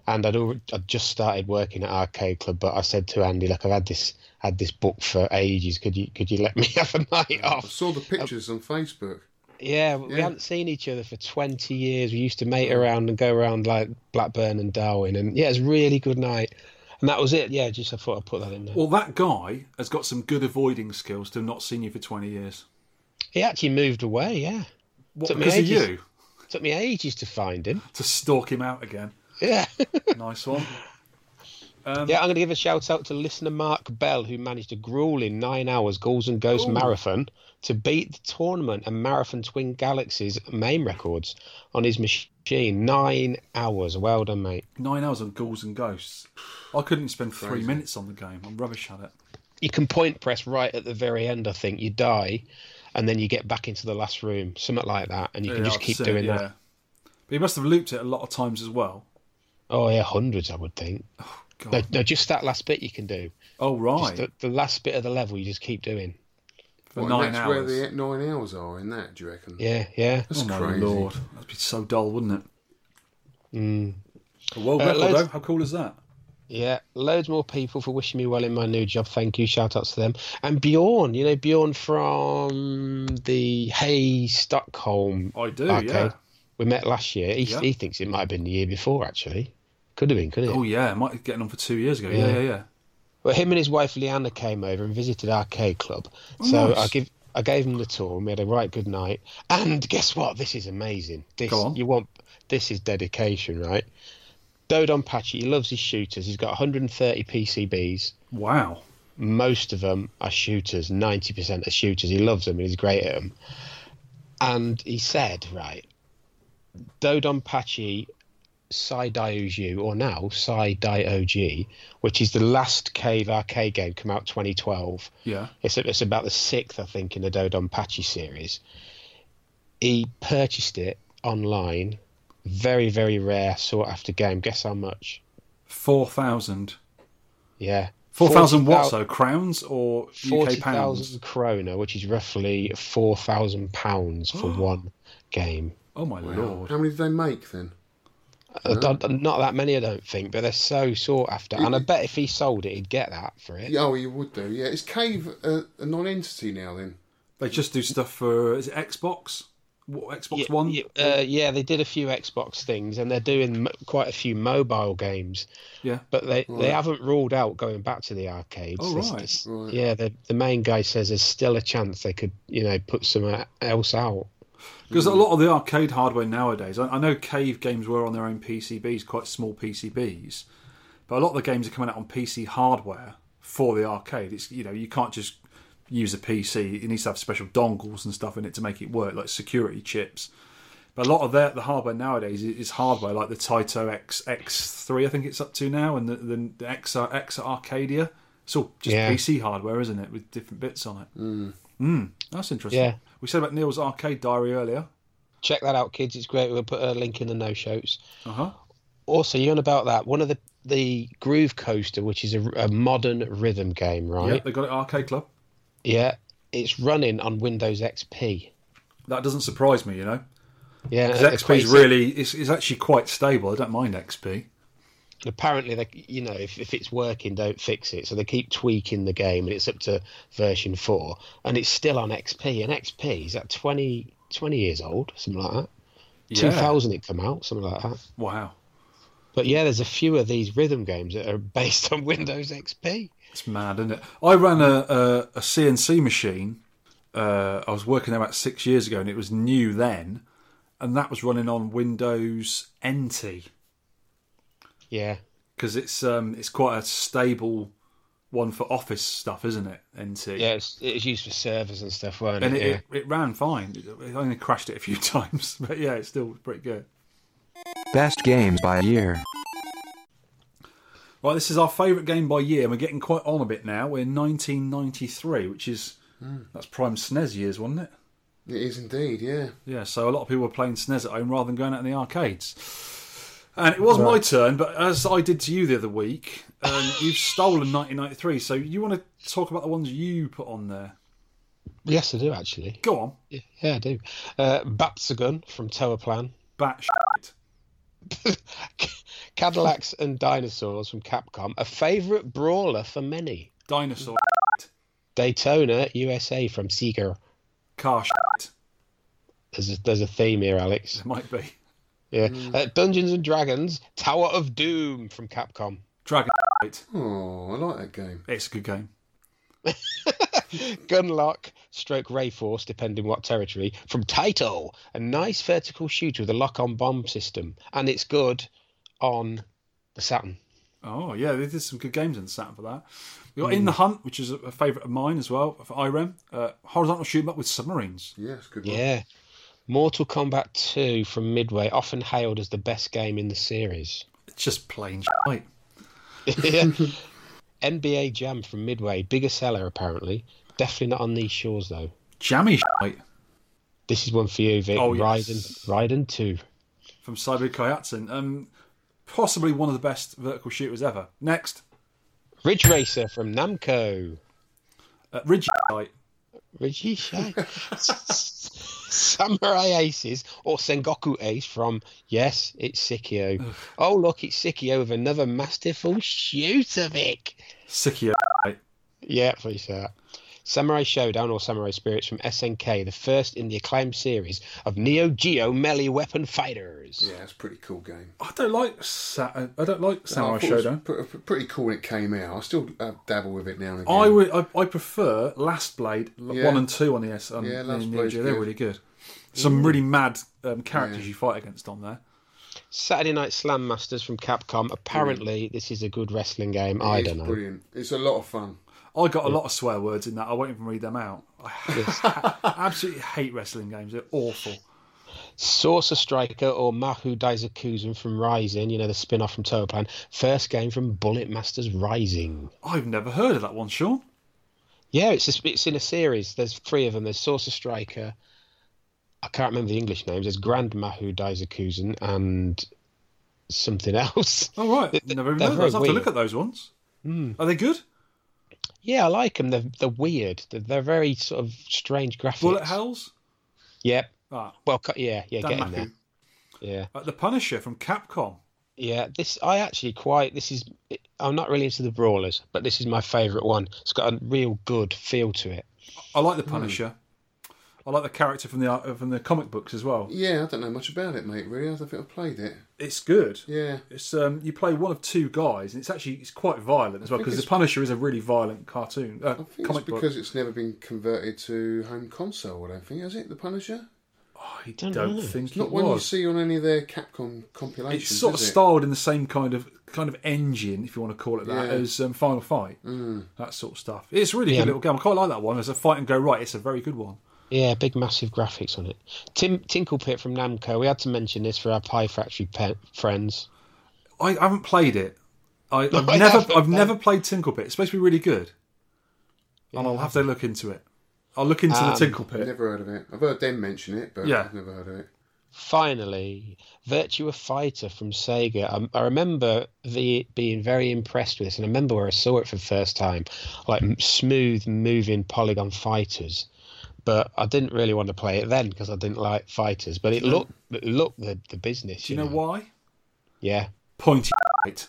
And I'd already, I'd just started working at Arcade Club, but I said to Andy, "Look, I've had this had this book for ages. Could you could you let me have a night
I
off?"
saw the pictures on Facebook.
Yeah, we
Yeah.
hadn't seen each other for 20 years. We used to mate around and go around like Blackburn and Darwin. And yeah, it was a really good night. And that was it. Yeah, just I thought I'd put that in there.
Well, that guy has got some good avoiding skills to have not seen you for 20 years.
he actually moved away, yeah.
What,
Took me
because of
ages.
you?
Took me ages to find him.
To stalk him out again.
Yeah.
Nice one.
yeah, I'm going to give a shout out to listener Mark Bell, who managed a grueling nine hours Ghouls and Ghosts marathon to beat the tournament and Marathon Twin Galaxies main records on his machine. Nine hours. Well done, mate.
Nine hours on Ghouls and Ghosts. I couldn't spend three minutes on the game. I'm rubbish at it.
you can point press right at the very end. I think you die, and then you get back into the last room, something like that, and you can
Yeah,
just
I'd
keep
say,
doing
yeah.
that.
But he must have looped it a lot of times as well.
Oh yeah, hundreds, I would think.
God.
No, no, just that last bit you can do.
oh, right.
Just the, the last bit of the level, you just keep doing.
for
What, and
nine
that's
hours.
where the nine hours are in that, do you reckon?
Yeah, yeah.
That's
oh my
crazy.
lord, that'd be so dull, wouldn't it? A world
Uh,
record,
let's-
though. How cool is that?
Yeah, loads more people for wishing me well in my new job. Thank you. Shout outs to them. And Bjorn, you know Bjorn from the Hey Stockholm.
I do,
arcade
yeah.
We met last year. He,
Yeah.
he thinks it might have been the year before, actually. Could have been, couldn't it?
Oh yeah, it might be getting on for two years ago. Yeah, yeah,
Yeah.
yeah.
Well, him and his wife Leanna came over and visited Arcade Club. So
Oh, nice.
I give I gave him the tour. and We had a right good night. And guess what? This is amazing. This
Go on.
you want. This is dedication, right? Dodon Pachi, he loves his shooters. He's got 130 PCBs.
Wow.
Most of them are shooters. 90% are shooters. He loves them and he's great at them. And he said, right, Dodon Pachi Sai Daioju, or now Sai Daioji, which is the last Cave arcade game, come out 2012.
Yeah.
It's, it's about the sixth, I think, in the Dodonpachi series. He purchased it online. Very, very rare, sought after game. Guess how much?
Four thousand.
Yeah.
Four thousand what?
40,000
So crowns or UK pounds?
40,000 krona, which is roughly £4,000 pounds for one game.
Oh my lord.
How many did they make then?
Uh-huh.
I don't- Uh, Not that many, I don't think, but they're so sought after. And
Mm-hmm.
I bet if he sold it, he'd get that for it.
Yeah, oh, you would do. Yeah, is Cave a, a non-entity now then?
They just do stuff for is it Xbox? What Xbox
Yeah,
One?
yeah, uh, yeah, they did a few Xbox things, and they're doing m- quite a few mobile games.
Yeah.
But they, they haven't ruled out going back to the arcades.
Oh,
There's-
right,
there's- Yeah, the the main guy says there's still a chance they could you know put some uh, else out.
Because
Mm.
a lot of the arcade hardware nowadays, I, I know Cave games were on their own PCBs, quite small PCBs, but a lot of the games are coming out on PC hardware for the arcade. It's you know you can't just use a PC; it needs to have special dongles and stuff in it to make it work, like security chips. But a lot of their, the hardware nowadays is, is hardware like the Taito X X3, I think it's up to now, and the, the, the X uh, X Arcadia. It's all just
Yeah.
PC hardware, isn't it, with different bits on it. Mm. that's interesting.
Yeah.
We said about Neil's arcade diary earlier.
Check that out, kids. It's great. We'll put a link in the no shows.
Uh huh.
Also, you know about that? One of the the Groove Coaster, which is a, a modern rhythm game,
Yeah,
right?
they got it at Arcade Club.
Yeah. It's running on Windows XP.
That doesn't surprise me, you know.
Yeah.
Because XP is
equates-
really it's, it's actually quite stable. I don't mind XP.
apparently they you know if, if it's working don't fix it so they keep tweaking the game and it's up to version 4 and it's still on xp and xp is that 20 20 years old something like that 2000 it come out something like that
Wow,
but yeah there's a few of these rhythm games that are based on windows xp
it's mad, isn't it? I ran a a, a CNC machine. Uh, I was working there about six years ago, and it was new then, and that was running on Windows NT.
yeah
because it's um it's quite a stable one for office stuff, isn't it? NT.
yeah it's, it's used for servers and stuff weren't
And
it,
it,
yeah.
it, it ran fine. It only crashed it a few times, but yeah, it's still pretty good.
Best games by year.
Right, this is our favourite game by year, and we're getting quite on a bit now. We're 1993, which is that's prime SNES years, wasn't it?
It is indeed, yeah.
Yeah, so a lot of people were playing SNES at home rather than going out in the arcades. And it was my turn, but as I did to you the other week, um, you've stolen 1993. So you want to talk about the ones you put on there?
yes i do actually
Go on.
yeah i do uh batsagun from tower plan
bat shit.
cadillacs and dinosaurs from capcom a favorite brawler for many
Dinosaur shit.
Daytona USA from Sega.
Car shit.
There's a, there's a theme here, Alex.
It might be.
Yeah. Uh, Dungeons and Dragons Tower of Doom from Capcom.
Dragon shit.
Oh, I like that game.
It's a good game.
Gunlock stroke Rayforce, depending what territory, from Taito. A nice vertical shooter with a lock on bomb system. And it's good on the Saturn.
Oh, yeah, they did some good games in Saturn for that. We
Hmm.
got In the Hunt, which is a, a favourite of mine as well, for IREM. Uh, horizontal shoot 'em up with submarines.
Yeah, it's a good one.
Yeah. Mortal Kombat 2 from Midway, often hailed as the best game in the series.
It's just plain shit.
Yeah. NBA Jam from Midway, bigger seller apparently. Definitely not on these shores though.
Jammy shit.
This is one for you, Vic.
Oh,
Oh,
yes.
Raiden, Raiden 2.
From Cyber Kayatsin. Um, possibly one of the best vertical shooters ever. Next.
Ridge Racer from Namco.
Uh, Ridge shit.
Ridge Racer. uh, Samurai Aces or Sengoku Ace from, yes, it's Sikio. Oh, look, it's Sikio with another masterful shooter, Vic.
Sikia shit.
Yeah, please say that. Samurai Showdown or Samurai Spirits from SNK, the first in the acclaimed series of Neo Geo melee weapon fighters.
Yeah, it's a pretty cool game.
I don't like Saturn. I don't like Samurai
I thought it was
Shodown.
pre- pretty cool when it came out. I still uh, dabble with it now and again.
I would. I, I prefer Last Blade l-
Yeah.
one and two on the S. On,
Yeah,
the
Last
Ninja.
Blade's
They're
good. Mm.
really good. Some really mad um, characters you fight against on there.
Saturday Night Slam Masters from Capcom. Apparently, this is a good wrestling game. I
It's
don't know.
brilliant. It's a lot of fun.
I got a lot of swear words in that. I won't even read them out. I ha- absolutely hate wrestling games. They're awful.
Saucer Striker or Mahu Daisakuzan from Rising, you know, the spin off from Tower Plan. First game from Bullet Masters Rising.
I've never heard of that one, Sean.
Yeah, it's, a, it's in a series. There's three of them. There's Saucer Striker. I can't remember the English names. There's Grand Mahu Daisakuzan and something else.
All right, oh, right, never even
they're
heard of those. I have
very
to
weird.
look at those ones.
Hmm.
Are they good?
Yeah, I like them. They're, they're weird. They're, they're very sort of strange graphics.
Bullet Hells.
Yep.
Ah,
Well, cu- yeah, yeah,
Dan
get in
Maku.
there. Yeah.
Uh, the Punisher from Capcom.
Yeah, this I actually quite. This is I'm not really into the brawlers, but this is my favourite one. It's got a real good feel to it.
I like the
Hmm.
Punisher. I like the character from the uh, from the comic books as well.
Yeah, I don't know much about it, mate. Really, I don't think I've played it.
It's good.
Yeah,
It's um, you play one of two guys, and it's actually it's quite violent as well
think
because the
it's-
Punisher is a really violent cartoon uh,
I think
comic
it's
book.
because it's never been converted to home console. I don't think has it. The Punisher.
I don't,
Don't know.
think
It's not
it
one
was.
you see on any of their Capcom compilations.
it's sort of
is it?
styled in the same kind of kind of engine, if you want to call it that,
Yeah. Hmm.
as um, Final Fight, that sort of stuff. It's a really
Yeah.
good little game. I quite like that one. It's a fight and go right. It's a very good one.
Yeah, big massive graphics on it. Tim Tinkle Pit from Namco. We had to mention this for our Pie Factory pe- friends.
I haven't played it. I, I've
I
never,
haven't,
I've
no.
never played Tinkle Pit. It's supposed to be really good, and I'll have to look into it. I'll look into the
Um,
Tinkle Pit.
Never heard of it. I've heard them mention it, but
Yeah.
I've never heard of it.
Finally, Virtua Fighter from Sega. Um, I remember the being very impressed with this, and I remember where I saw it for the first time, like m- smooth moving polygon fighters. But I didn't really want to play it then because I didn't like fighters. But it looked it looked the, the business.
Do you know why?
Yeah.
Pointy.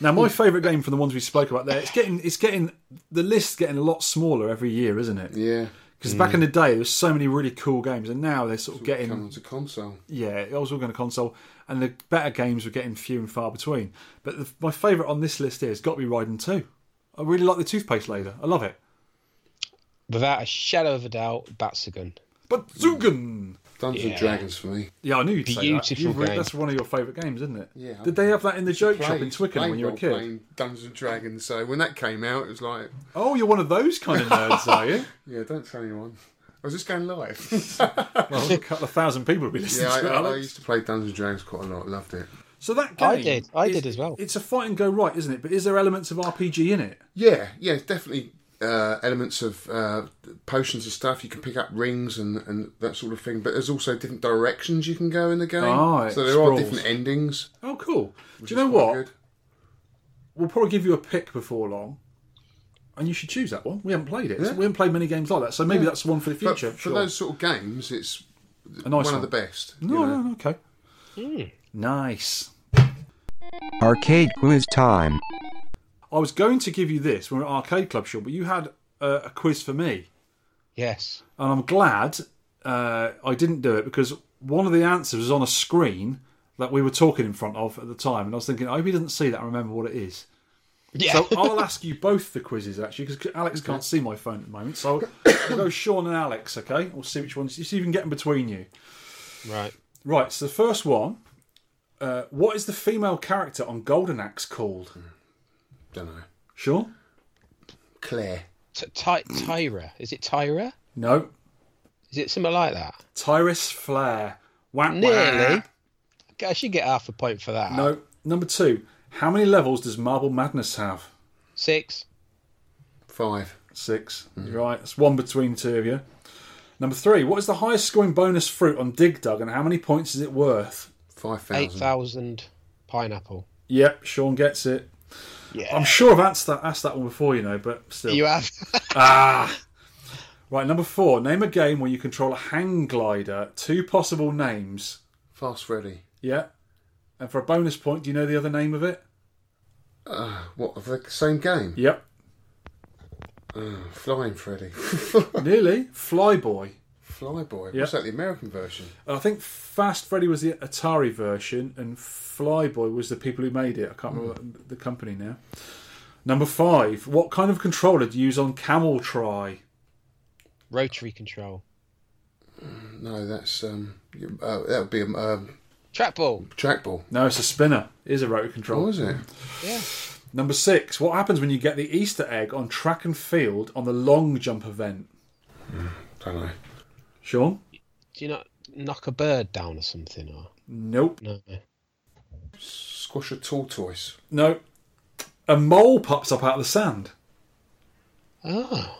now, my favourite game from the ones we spoke about there. It's getting, it's getting the list's getting a lot smaller every year, isn't it?
Yeah,
Because back in the day, there was so many really cool games, and now they're sort of getting
coming to console.
yeah, I was all going to console, and the better games were getting few and far between. But the, my favourite on this list here has got to be Raiden 2. I really like the toothpaste laser. I love it.
Without a shadow of a doubt, Batsugan.
But
Mm.
Zugen!
Dungeons and Dragons for me.
Yeah, I knew you'd say that.
Beautiful
You've re-
game.
That's one of your favourite games, isn't it?
Yeah.
Did they have that in the joke shop in
Played-
Twickenham when
played
you were a kid?
role-playing Dungeons and Dragons. So when that came out, it was like,
Oh, you're one of those kind of nerds, are you?
yeah, don't tell anyone. I was just going live.
Well, a couple of thousand people would be listening
yeah, I,
to it,
I, I
Alex.
used to play Dungeons and Dragons quite a lot. Loved it.
So that game.
I did. I
is-
did as well.
It's a fight and go right, isn't it? But is there elements of RPG in it?
Yeah, yeah, it's definitely uh, elements of uh, potions and stuff. You can pick up rings and, and that sort of thing. But there's also different directions you can go in the game.
Ah, it
so there
sprawls.
are different endings.
Oh, cool. Do
which
you
is
know
quite
what?
good.
we'll probably give you a pick before long, and you should choose that one. We haven't played it. We haven't played many games like that, so maybe that's one for the
But
future.
for
sure.
those sort of games, it's
a nice one.
one of the best. you
no,
know.
no, no, okay. Nice.
Arcade quiz time.
I was going to give you this when we were at Arcade Club Show, but you had uh, a quiz for me,
Yes.
and I'm glad uh, I didn't do it because one of the answers was on a screen that we were talking in front of at the time, and I was thinking, I hope he doesn't see that. I remember what it is.
Yeah.
So I'll ask you both the quizzes actually, because Alex can't see my phone at the moment. So I'll go Sean and Alex. Okay, we'll see which ones. You see if you can get them between you.
right.
Right. So the first one. Uh, what is the female character on Golden Axe called?
Hmm.
Don't know.
Sean?
Claire.
T- Ty- Tyra. Is it Tyra?
No.
Is it something like that?
Tyrus Flair. Whack,
Nearly. I should get half a point for that.
No. Number two. How many levels does Marble Madness have?
Six.
Five.
6 Right. That's one between two of you. Number three. What is the highest scoring bonus fruit on Dig Dug, and how many points is it worth?
Five
Eight
thousand.
thousand pineapple.
Yep, Sean gets it.
Yeah.
I'm sure I've asked that asked that one before, you know, but still.
You have.
Right, number four. Name a game where you control a hang glider. Two possible names.
Fast Freddy.
Yeah. And for a bonus point, do you know the other name of it?
What, of the same game?
Yep.
Flying Freddy.
Nearly. Flyboy.
Flyboy.
Yeah.
What's that, the American version?
I think Fast Freddy was the Atari version, and Flyboy was the people who made it. I can't remember
Hmm.
the company now. Number five. What kind of controller do you use on Camel Try?
Rotary control.
No, that's, um, you- uh, that would be a um,
Trackball.
trackball.
No, it's a spinner. It is a rotor
What
controller.
was it?
Yeah.
Number six, what happens when you get the Easter egg on track and field on the long jump event?
Don't know.
Sean?
Do you not knock a bird down or something or
Nope.
no?
Squash a tortoise.
Nope. A mole pops up out of the sand.
Oh.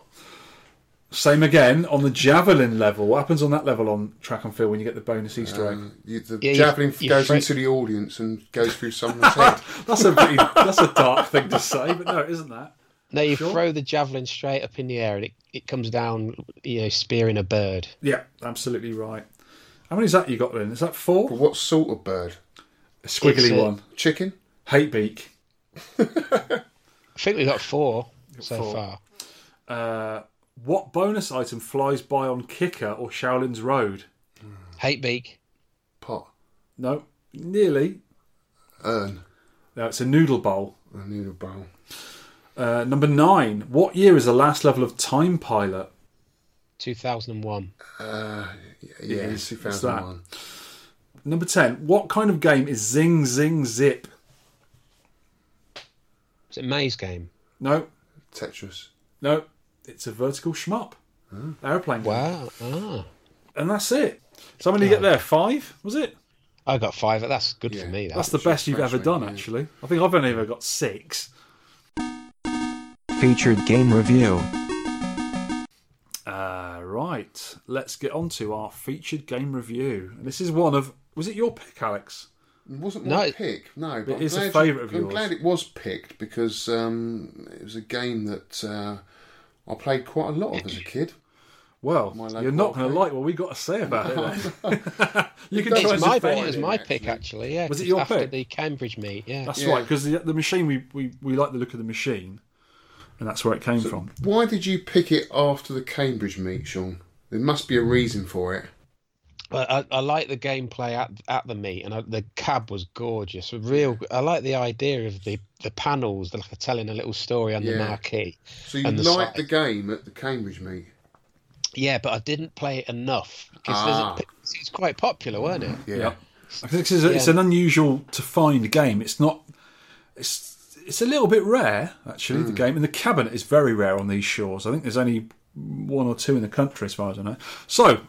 Javelin
level. What happens on that level on track and field when you get the bonus Easter egg?
Uh, You, the
Yeah, you-
javelin
you
goes
throw-
into the audience and goes through someone's head.
That's a pretty, that's a dark thing to say, but no, it isn't that.
No, you
Sure.
throw the javelin straight up in the air and it, it comes down, you know, spearing a bird.
Yeah, absolutely right. How many is that you got then? Is that four?
What sort of bird?
A squiggly
It's, uh,
one.
Chicken?
Hate beak.
I think we got four so
four.
far.
Uh, what bonus item flies by on Kicker or Shaolin's Road?
Hate beak.
Pot?
No, nearly.
Urn?
No, it's a noodle bowl.
A noodle bowl?
Uh, number nine. What year is the last level of Time Pilot?
Two thousand and one.
Uh, Yeah, yeah it's
it's that.
2001.
Number ten. What kind of game is Zing Zing Zip?
It's a maze game.
No,
Tetris.
no, it's a vertical shmup. Aeroplane.
Hmm. Wow. Ah.
And that's it. So how many did you get there? Five, was it?
I got five. That's good for
Yeah.
me. That.
That's the best you've ever
refreshing,
done,
yeah.
actually. I think I've only ever got six.
Featured game review.
Uh, right, let's get on to our featured game review. And this is one of. Was it your pick, Alex?
It wasn't
No,
my
it-
pick, no.
it
But I'm
is a
glad you-
favourite of
I'm
yours.
glad it was picked because um, it was a game that uh, I played quite a lot of as a kid.
Well,
My local
you're not going to
pick.
like what we got to say about it. then. you can
does.
try
It's
and
my,
defend
it was
it.
my
my
pick,
pick actually. Yeah,
Was it
'cause
your
after
pick?
the Cambridge meet? Yeah,
That's
Yeah.
right, because the, the machine we, we we like the look of the machine, and that's where it came from.
Why did you pick it after the Cambridge meet, Sean? There must be a reason for it.
I, I, I like the gameplay at at the meet, and I, the cab was gorgeous. A Real, I like the idea of the the panels, the, like telling a little story on the
Yeah.
marquee.
So you
And the site.
liked the game at the Cambridge meet.
Yeah, but I didn't play it enough because
Ah.
it's quite popular, weren't it?
Yeah.
Yeah. I think this is a- it's an unusual to find game. It's not. It's it's a little bit rare actually. The game and the cabinet is very rare on these shores. I think there's only one or two in the country, as far as I know. So,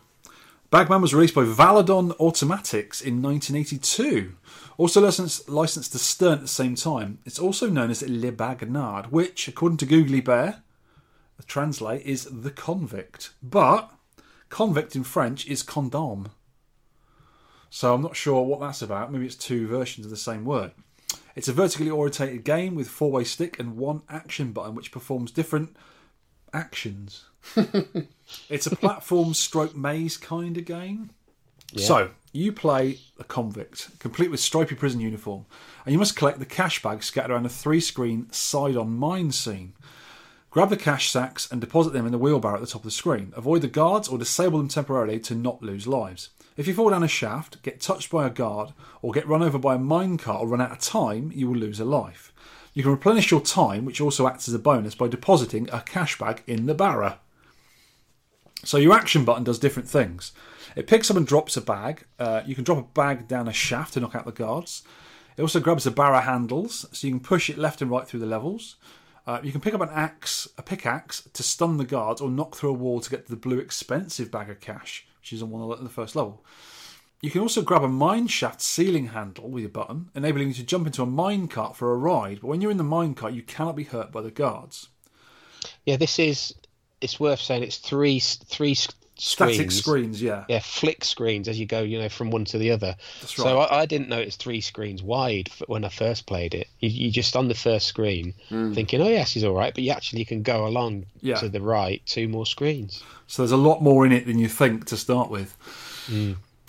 Bagman was released by Valadon Automatics in 1982. Also licensed, licensed to Stern at the same time. It's also known as Le Bagnard, which, according to Googly Bear, the translate is the convict. But convict in French is condom. So I'm not sure what that's about. Maybe it's two versions of the same word. It's a vertically orientated game with four-way stick and one action button, which performs different actions. it's a platform stroke maze kind of game. So you play a convict, complete with stripy prison uniform, and you must collect the cash bags scattered around a three-screen side-on mine scene. Grab the cash sacks and deposit them in the wheelbarrow at the top of the screen. Avoid the guards or disable them temporarily to not lose lives. If you fall down a shaft, get touched by a guard, or get run over by a minecart or run out of time, you will lose a life. You can replenish your time, which also acts as a bonus, by depositing a cash bag in the barrow. So your action button does different things. It picks up and drops a bag. Uh, you can drop a bag down a shaft to knock out the guards. It also grabs the barrow handles, so you can push it left and right through the levels. Uh, you can pick up an axe, a pickaxe, to stun the guards or knock through a wall to get to the blue expensive bag of cash, which is on one of the first level. You can also grab a mine shaft ceiling handle with your button, enabling you to jump into a mine cart for a ride. But when you're in the mine cart, you cannot be hurt by the guards.
Yeah, this is. It's worth saying it's three s- three s- screens.
Static screens, yeah.
Yeah, flick screens as you go, you know, from one to the other. So
right.
I, I didn't know it's three screens wide f- when I first played it. You, you just on the first screen thinking, oh yes, he's all right, but you actually can go along
Mm. Yeah.
to the right two more screens.
So there's a lot more in it than you think to start with.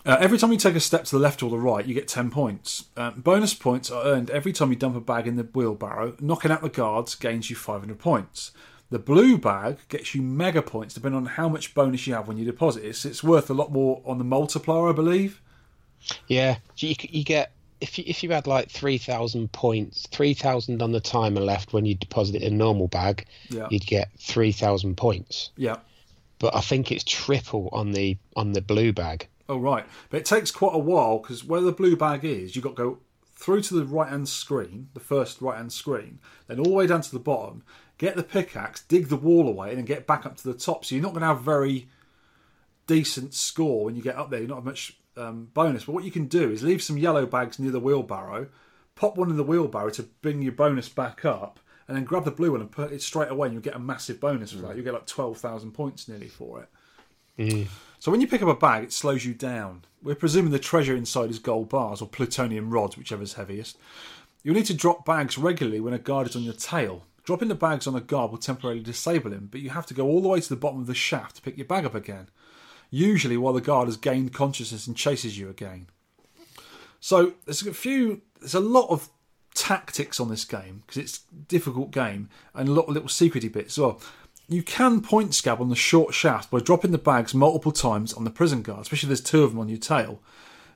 Uh, every time you take a step to the left or the right, you get 10 points. Um, bonus points are earned every time you dump a bag in the wheelbarrow. Knocking out the guards gains you 500 points. The blue bag gets you mega points depending on how much bonus you have when you deposit. It's, it's worth a lot more on the multiplier, I believe.
Yeah, you, c- you get if you, if you had like three thousand points, three thousand on the timer left when you deposit it in a normal bag,
Yeah.
you'd get three thousand points.
Yeah.
But I think it's triple on the on the blue bag.
Oh, right. But it takes quite a while because where the blue bag is, you've got to go through to the right hand screen, the first right hand screen, then all the way down to the bottom, get the pickaxe, dig the wall away, and then get back up to the top. So you're not going to have very decent score when you get up there. You're not have much um, bonus. But what you can do is leave some yellow bags near the wheelbarrow, pop one in the wheelbarrow to bring your bonus back up. And then grab the blue one and put it straight away, and you'll get a massive bonus for that. You'll get like 12,000 points nearly for it. So when you pick up a bag, it slows you down. We're presuming the treasure inside is gold bars or plutonium rods, whichever's heaviest. You'll need to drop bags regularly when a guard is on your tail. Dropping the bags on a guard will temporarily disable him, but you have to go all the way to the bottom of the shaft to pick your bag up again, usually while the guard has gained consciousness and chases you again. So there's a few, there's a lot of tactics on this game because it's a difficult game and a lot of little secrety bits as well. You can point scab on the short shaft by dropping the bags multiple times on the prison guard, especially if there's two of them on your tail.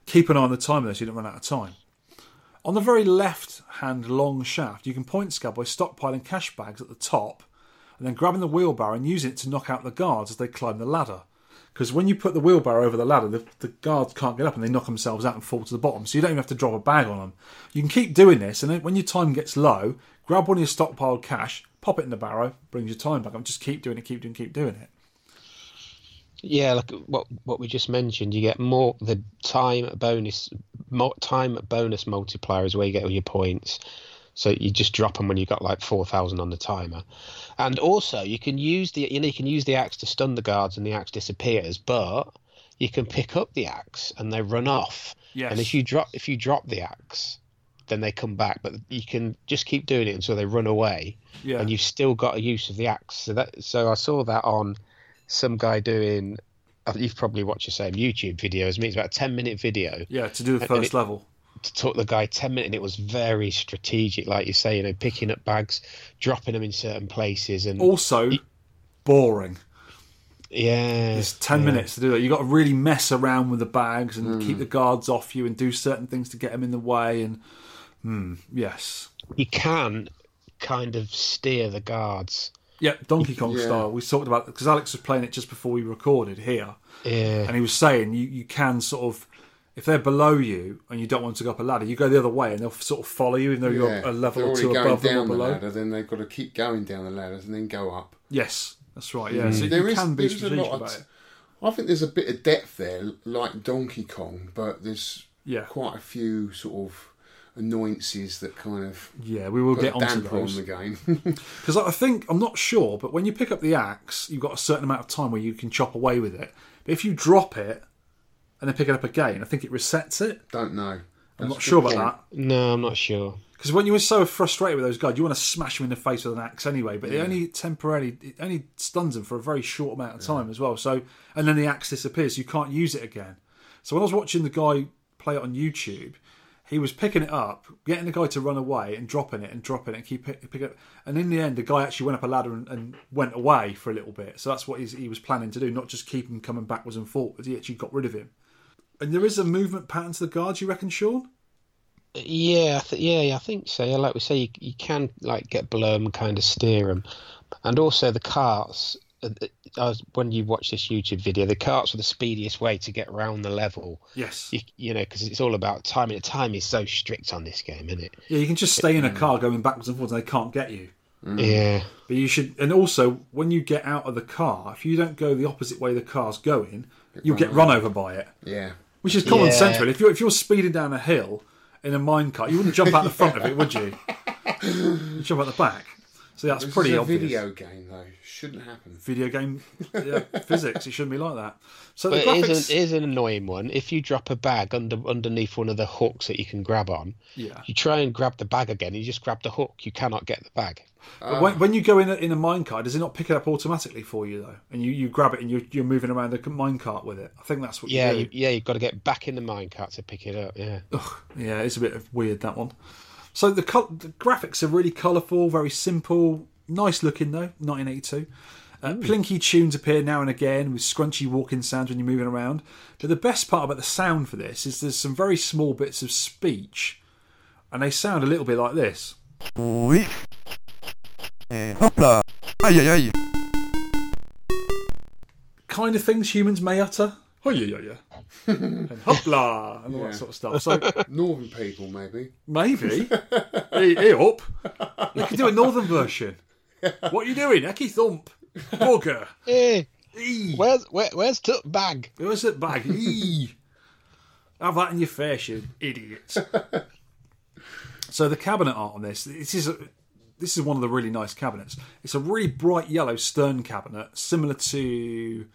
Keep an eye on the timer though, so you don't run out of time. On the very left hand long shaft, you can point scab by stockpiling cash bags at the top and then grabbing the wheelbarrow and using it to knock out the guards as they climb the ladder. Because when you put the wheelbarrow over the ladder, the, the guards can't get up and they knock themselves out and fall to the bottom. So you don't even have to drop a bag on them. You can keep doing this, and then when your time gets low, grab one of your stockpiled cash, pop it in the barrow, brings your time back up. Just keep doing it, keep doing, keep doing it.
Yeah, like what what we just mentioned, you get more the time bonus, more time bonus multiplier is where you get all your points. So you just drop them when you've got like four thousand on the timer, and also you can use the you know you can use the axe to stun the guards and the axe disappears, but you can pick up the axe and they run off.
Yes.
And if you drop if you drop the axe, then they come back, but you can just keep doing it until they run away
Yeah.
and you've still got a use of the axe. So that so I saw that on some guy doing. You've probably watched the same YouTube video as me. It's about a ten minute video
yeah, to do the
and
first
it-
level.
to talk the guy ten minutes, and it was very strategic, like you say, you know, picking up bags, dropping them in certain places, and
Also, boring.
yeah, Mm.
It's 10 minutes to do that. You've got to really mess around with the bags and keep the guards off you and do certain things to get them in the way. And hmm, yes.
you can kind of steer the guards.
Yeah, Donkey Kong
Yeah.
style. We talked about because Alex was playing it just before we recorded here,
Yeah,
and he was saying you, you can sort of if they're below you and you don't want to go up a ladder, you go the other way and they'll sort of follow you, even though you're a level
They're
or
already
two
going
above them or
down the
below.
ladder, then they've got to keep going down the ladders and then go up.
Yes, that's right. Yeah, so
Mm. There
you
is-
can be
there is a
strategic
lot of
about
t-
it.
I think there's a bit of depth there, like Donkey Kong, but there's
Yeah.
quite a few sort of annoyances that kind of
Yeah, we will
put
get
a
onto
damper on
those
the game.
because I think I'm not sure, but when you pick up the axe, you've got a certain amount of time where you can chop away with it. But if you drop it and then pick it up again, I think it resets it.
Don't know.
I'm
That's
not
a
sure
good
about
point.
that.
no, I'm not sure.
Because when you were so frustrated with those guys, you want to smash them in the face with an axe anyway. But it only temporarily, it only stuns them for a very short amount of time as well. So, and then the axe disappears. You can't use it again. So when I was watching the guy play it on YouTube, he was picking it up, getting the guy to run away, and dropping it and dropping it and keep pick, pick it up. And in the end, the guy actually went up a ladder and, and went away for a little bit. So that's what he's, he was planning to do, not just keep him coming backwards and forwards. He actually got rid of him. And there is a movement pattern to the guards, you reckon, Sean?
Yeah, I th- yeah, yeah, I think so. Yeah, like we say, you, you can like get below 'em, kind of steer them, and also the carts. uh, uh, I was, when you watch this YouTube video, the carts are the speediest way to get around the level.
Yes.
You, you know, because it's all about timing. Time is so strict on this game, isn't it?
Yeah, you can just stay in a car going backwards and forwards and they can't get you.
Yeah,
But you should, and also when you get out of the car, if you don't go the opposite way the car's going, you'll get run over by it,
Yeah.
which is common
Yeah.
sense. Really, if you're if you're speeding down a hill in a mine cart, you wouldn't jump out the front of it, would you? You jump out the back. So that's
This
pretty
is a
obvious.
video game though. Shouldn't happen.
Video game yeah, physics. It shouldn't be like that. So
but
the
it
graphics.
is, an, it is an annoying one. If you drop a bag under underneath one of the hooks that you can grab on,
Yeah.
you try and grab the bag again. You just grab the hook. You cannot get the bag.
But when, when you go in a, in a minecart, does it not pick it up automatically for you though? And you, you grab it and you're, you're moving around the minecart with it. I think that's what.
Yeah,
you do.
you, yeah, you've got to get back in the minecart to pick it up. Yeah.
Yeah, it's a bit of weird that one. So the, col- the graphics are really colourful, very simple, nice looking though. 1982. Uh, plinky tunes appear now and again with scrunchy walking sounds when you're moving around. But the best part about the sound for this is there's some very small bits of speech, and they sound a little bit like this.
Oui. Et hop là. Aïe aïe aïe.
Kind of things humans may utter. Oh yeah, yeah, yeah. and hopla, and all that sort of stuff. So
Northern people, maybe.
Maybe. hey, hey up. They could do a northern version. What are you doing? Eki thump. Bugger.
Hey, where's where, where's the bag?
Where's that bag? Eee. Have that in your face, you idiots. so the cabinet art on this, this is a, this is one of the really nice cabinets. It's a really bright yellow stern cabinet, similar to,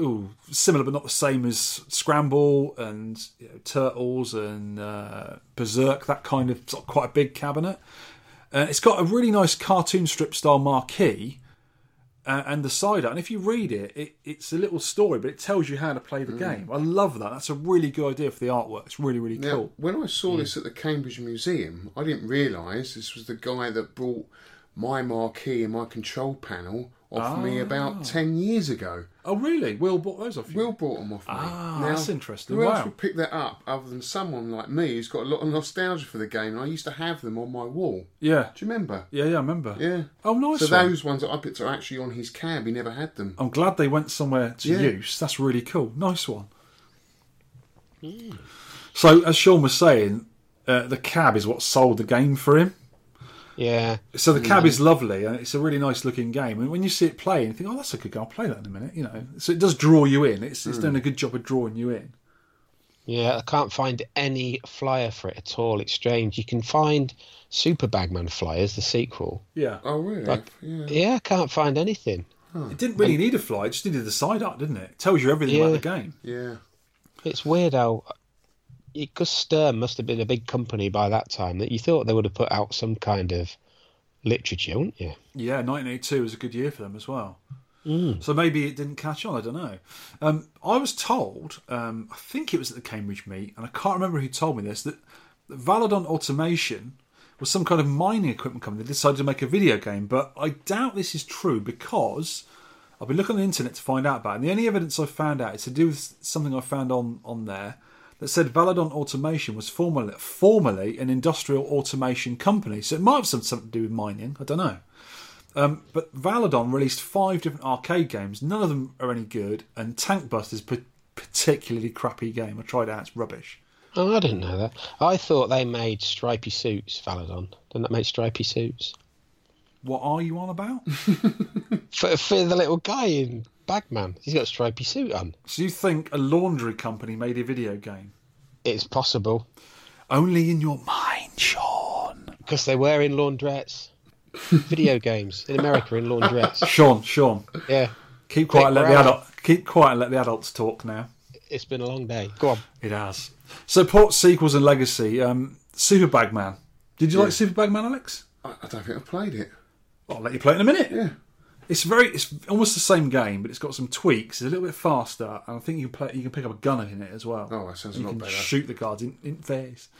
ooh, similar but not the same as Scramble and you know, Turtles and uh, Berserk. That kind of, sort of quite a big cabinet. Uh, it's got a really nice cartoon strip style marquee uh, and the side art. And if you read it, it, it's a little story, but it tells you how to play the game. I love that. That's a really good idea for the artwork. It's really, really
Now,
cool.
when I saw this at the Cambridge Museum, I didn't realise this was the guy that brought my marquee and my control panel off me
Ah.
about 10 years ago.
Oh, really? Will bought those off you?
Will brought them off me.
Ah, that's interesting.
Who
Wow.
else would pick that up other than someone like me who's got a lot of nostalgia for the game? And I used to have them on my wall.
Yeah.
Do you remember?
Yeah, yeah, I remember.
Yeah.
Oh, nice.
So
one.
those ones that I picked are actually on his cab. He never had them.
I'm glad they went somewhere to
Yeah.
use. That's really cool. Nice one. So, as Sean was saying, uh, the cab is what sold the game for him.
Yeah.
So the
Mm.
cab is lovely, and it's a really nice looking game. And when you see it play, and you think, "Oh, that's a good game. I'll play that in a minute." You know, so it does draw you in. It's
Mm.
it's doing a good job of drawing you in.
Yeah, I can't find any flyer for it at all. It's strange. You can find Super Bagman flyers, the sequel.
Yeah,
Oh, really?
Like-
yeah.
Yeah, I can't find anything.
it didn't really need a fly; it just needed the side art, didn't it? It tells you everything about
Yeah.
the game.
Yeah.
It's weird how because Stern must have been a big company by that time that you thought they would have put out some kind of literature, wouldn't you?
Yeah, 1982 was a good year for them as well. So maybe it didn't catch on. I don't know. Um, I was told, um, I think it was at the Cambridge meet, and I can't remember who told me this, that that Valadon Automation was some kind of mining equipment company that decided to make a video game. But I doubt this is true because I've been looking on the internet to find out about it. And the only evidence I've found out is to do with something I found on, on there that said Valadon Automation was formerly, formerly an industrial automation company. So it might have some, something to do with mining. I don't know. But Valadon released five different arcade games. None of them are any good, and Tank Buster's pa- particularly crappy game. I tried it out; it's rubbish.
Oh, I didn't know that. I thought they made stripy suits, Valadon. Didn't they make stripy suits?
What are you on about?
For, for the little guy in Bagman, he's got a stripy suit on.
so you think a laundry company made a video game?
It's possible
Only in your mind, Sean.
because they were in laundrettes. Video games in America in laundrettes.
Sean, Sean,
Yeah,
keep quiet. and let the
Brown.
adult, keep quiet and let the adults talk now.
it's been a long day. Go on.
It has. So port sequels and legacy. Um, Super Bagman. Did you like Super Bagman, Alex?
I, I don't think I've played it.
I'll let you play it in a minute.
Yeah.
It's very, it's almost the same game, but it's got some tweaks. It's a little bit faster, and I think you can play, you can pick up a gun in it as well.
Oh, that sounds a
you
lot
can
better.
shoot the guards in, in face.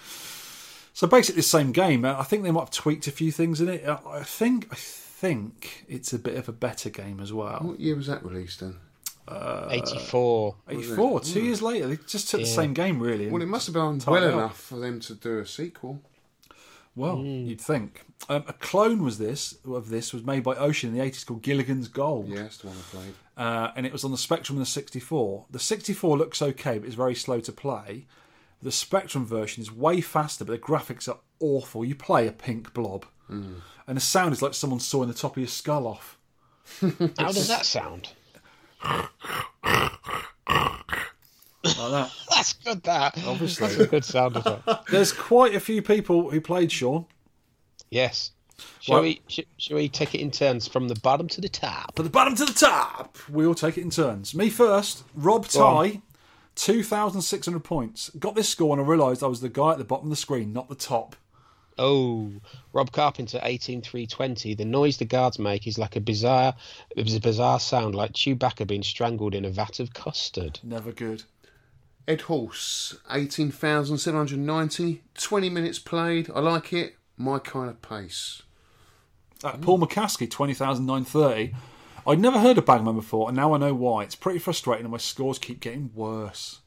So basically, the same game. Uh, I think they might have tweaked a few things in it. I I think, I think it's a bit of a better game as well.
What year was that released then?
84.
Eighty-four, two years later, they just took the
Yeah.
same game really. and-
Hmm. Well, it must have been
Tied
well
up.
enough for them to do a sequel.
Well, you'd think um, a clone was this of this was made by Ocean in the eighties called Gilligan's Gold.
Yeah, that's the one I played.
uh, and it was on the Spectrum and the 64. The 64 looks okay, but it's very slow to play. The Spectrum version is way faster, but the graphics are awful. You play a pink blob, and the sound is like someone sawing the top of your skull off.
How does that sound?
Like that.
That's good, that.
Oh.
Obviously. That's a good sound effect.
There's quite a few people who played Sean,
Yes. Shall,
Well-
we, sh- shall we take it in turns from the bottom to the top?
but the bottom to the top. We all take it in turns. Me first, Rob Ty. 2,600 points. Got this score and I realised I was the guy at the bottom of the screen, not the top.
Oh, Rob Carpenter, 18320. The noise the guards make is like a bizarre, it was a bizarre sound, like Chewbacca being strangled in a vat of custard.
Never good.
Ed Horse, 18,790. 20 minutes played. I like it. My kind of pace.
Uh, Paul McCaskey, 20,930. I'd never heard of Bagman before, and now I know why. It's pretty frustrating, and my scores keep getting worse.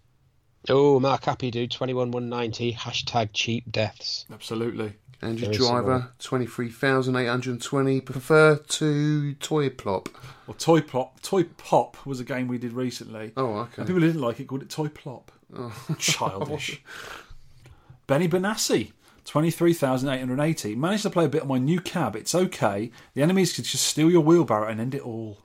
Oh, Mark Happy Dude, 21190. Hashtag cheap deaths.
Absolutely.
Andrew
Very
Driver, 23,820. Prefer to Toy Plop.
Well, Toy Plop, Toy Pop was a game we did recently.
Oh,
And
okay. Oh.
people who didn't like it called it Toy Plop. Childish. Benny Benassi, 23,880. Managed to play a bit on my new cab. It's okay. The enemies could just steal your wheelbarrow and end it all.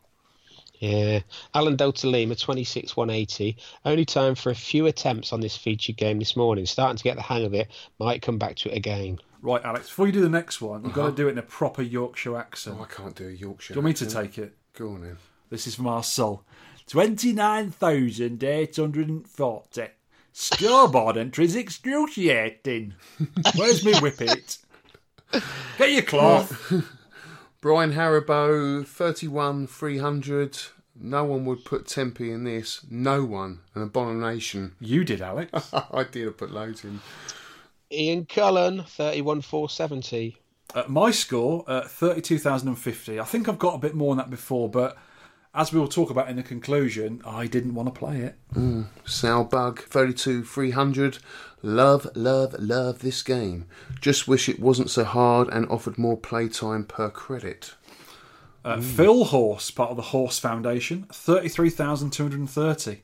Yeah. Alan Delta Lima, 26180. Only time for a few attempts on this feature game this morning. Starting to get the hang of it. Might come back to it again.
Right, Alex, before you do the next one, you've got
Uh-huh.
to do it in a proper Yorkshire accent.
I can't do a Yorkshire.
do you want me to take it?
Go on then.
This is from our soul. 29,840. Scoreboard entries excruciating. Where's me whippet? Get your cloth.
Brian Haribo, 31,300. No one would put Tempe in this. No one. An abomination.
You did, Alex.
I did. I put loads in.
Ian Cullen, 31470.
Uh, my score, uh, 32,050. I think I've got a bit more than that before, but as we will talk about in the conclusion, I didn't want to play it.
Salbug, 32300. Love, love, love this game. Just wish it wasn't so hard and offered more playtime per credit.
Uh, Phil Horse, part of the Horse Foundation, 33,230.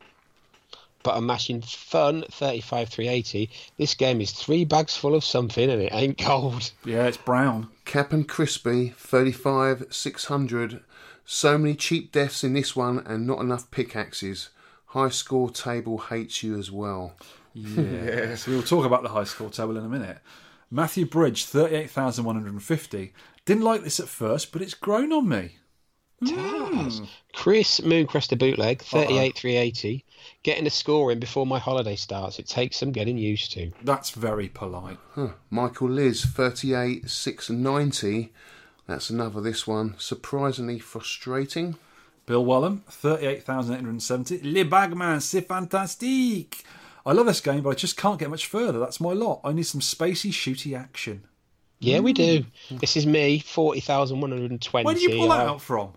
but a mashing fun 35380. This game is three bags full of something and it ain't cold.
Yeah, it's brown.
Cap and Crispy, 35, 600. So many cheap deaths in this one and not enough pickaxes. High score table hates you as well.
Yes, we'll talk about the high score table in a minute. Matthew Bridge, 38,150. Didn't like this at first, but it's grown on me. Hmm,
Taz. Chris Mooncrester bootleg 38380. Getting a score in before my holiday starts. It takes some getting used to.
That's very polite.
Michael Liz, 38, 690. That's another this one. Surprisingly frustrating.
Bill Wellham, 38,870. Le Bagman, c'est fantastique. I love this game, but I just can't get much further. That's my lot. I need some spacey, shooty action.
Yeah, we do. This is me, forty thousand one hundred and uh, twenty.
Mm. Where did you pull that out from?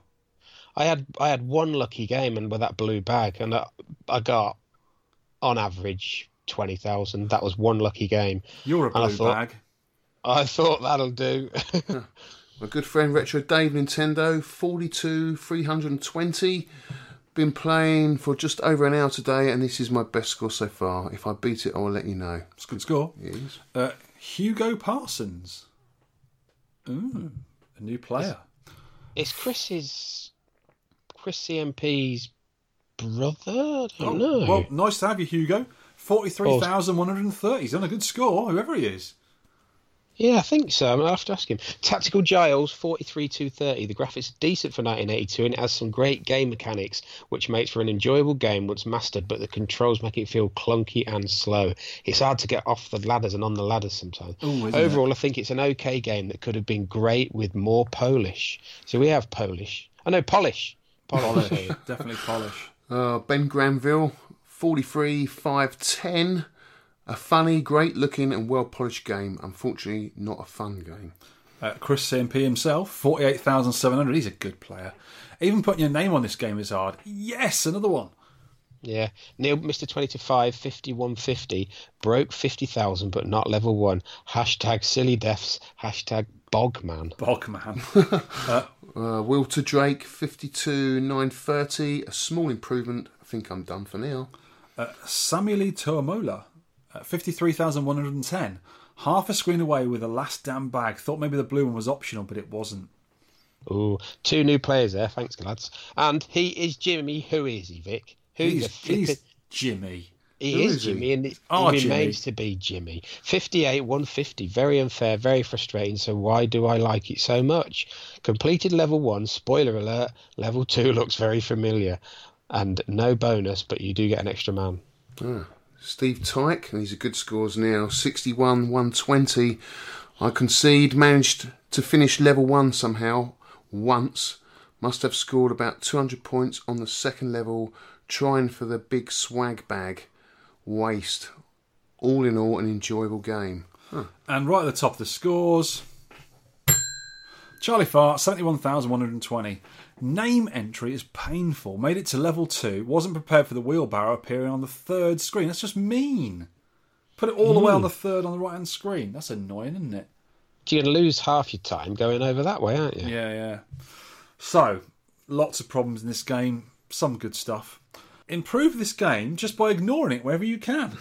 I had I had one lucky game and with that blue bag, and I, I got on average twenty thousand. That was one lucky game.
You're a
And I
blue
thought-
bag.
I thought that'll do.
My good friend Retro Dave Nintendo, 42, 320. Been playing for just over an hour today, and this is my best score so far. If I beat it, I will let you know.
It's a good score. Uh, Hugo Parsons. Ooh, a new player.
it's Chris's Chris CMP's brother. I don't know.
Oh, Well, nice to have you, Hugo. 43,130. He's on a good score, whoever he is.
Yeah, I think so. I'll have to ask him. Tactical Giles, 43230. The graphics are decent for 1982 and it has some great game mechanics, which makes for an enjoyable game once mastered, but the controls make it feel clunky and slow. It's hard to get off the ladders and on the ladders sometimes.
Ooh, isn't
Overall, I think it's an okay game that could have been great with more Polish. So we have Polish. I know, Polish. Polish. sorry.
Definitely polish.
Uh, ben Granville, 43, 510. A funny, great looking, and well polished game. Unfortunately, not a fun game.
Uh, Chris CMP himself, 48,700. He's a good player. Even putting your name on this game is hard. Yes, another one.
Yeah, Neil, Mr. 20 to 5, 5150, broke 50,000 but not level 1. Hashtag silly deaths, hashtag bogman.
Bogman.
Uh, Will to Drake, 52, 930. A small improvement. I think I'm done for now.
uh, Samuel Tuamola, uh, 53,110. Half a screen away with the last damn bag. Thought maybe the blue one was optional, but it wasn't.
Ooh, two new players there, thanks, lads. And he is Jimmy. Who is he, Vic? Who
He's,
the flippin'...
he's Jimmy.
He is Jimmy, and it
Oh,
he
Jimmy.
remains to be Jimmy. 58, 150. Very unfair, very frustrating. So, why do I like it so much? Completed level one, spoiler alert. Level two looks very familiar. And no bonus, but you do get an extra man.
Ah. Steve Tyke, and he's a good scores now, 61, 120. I concede, managed to finish level one somehow, once. Must have scored about 200 points on the second level, trying for the big swag bag. Waste. All in all, an enjoyable game.
And right at the top of the scores, Charlie Fart, 71,120. Name entry is painful. Made it to level two. Wasn't prepared for the wheelbarrow appearing on the third screen. That's just mean. Put it all the way on the third on the right hand screen. That's annoying, isn't it?
You're going to lose half your time going over that way, aren't you?
Yeah, yeah. So, lots of problems in this game, some good stuff. Improve this game just by ignoring it wherever you can.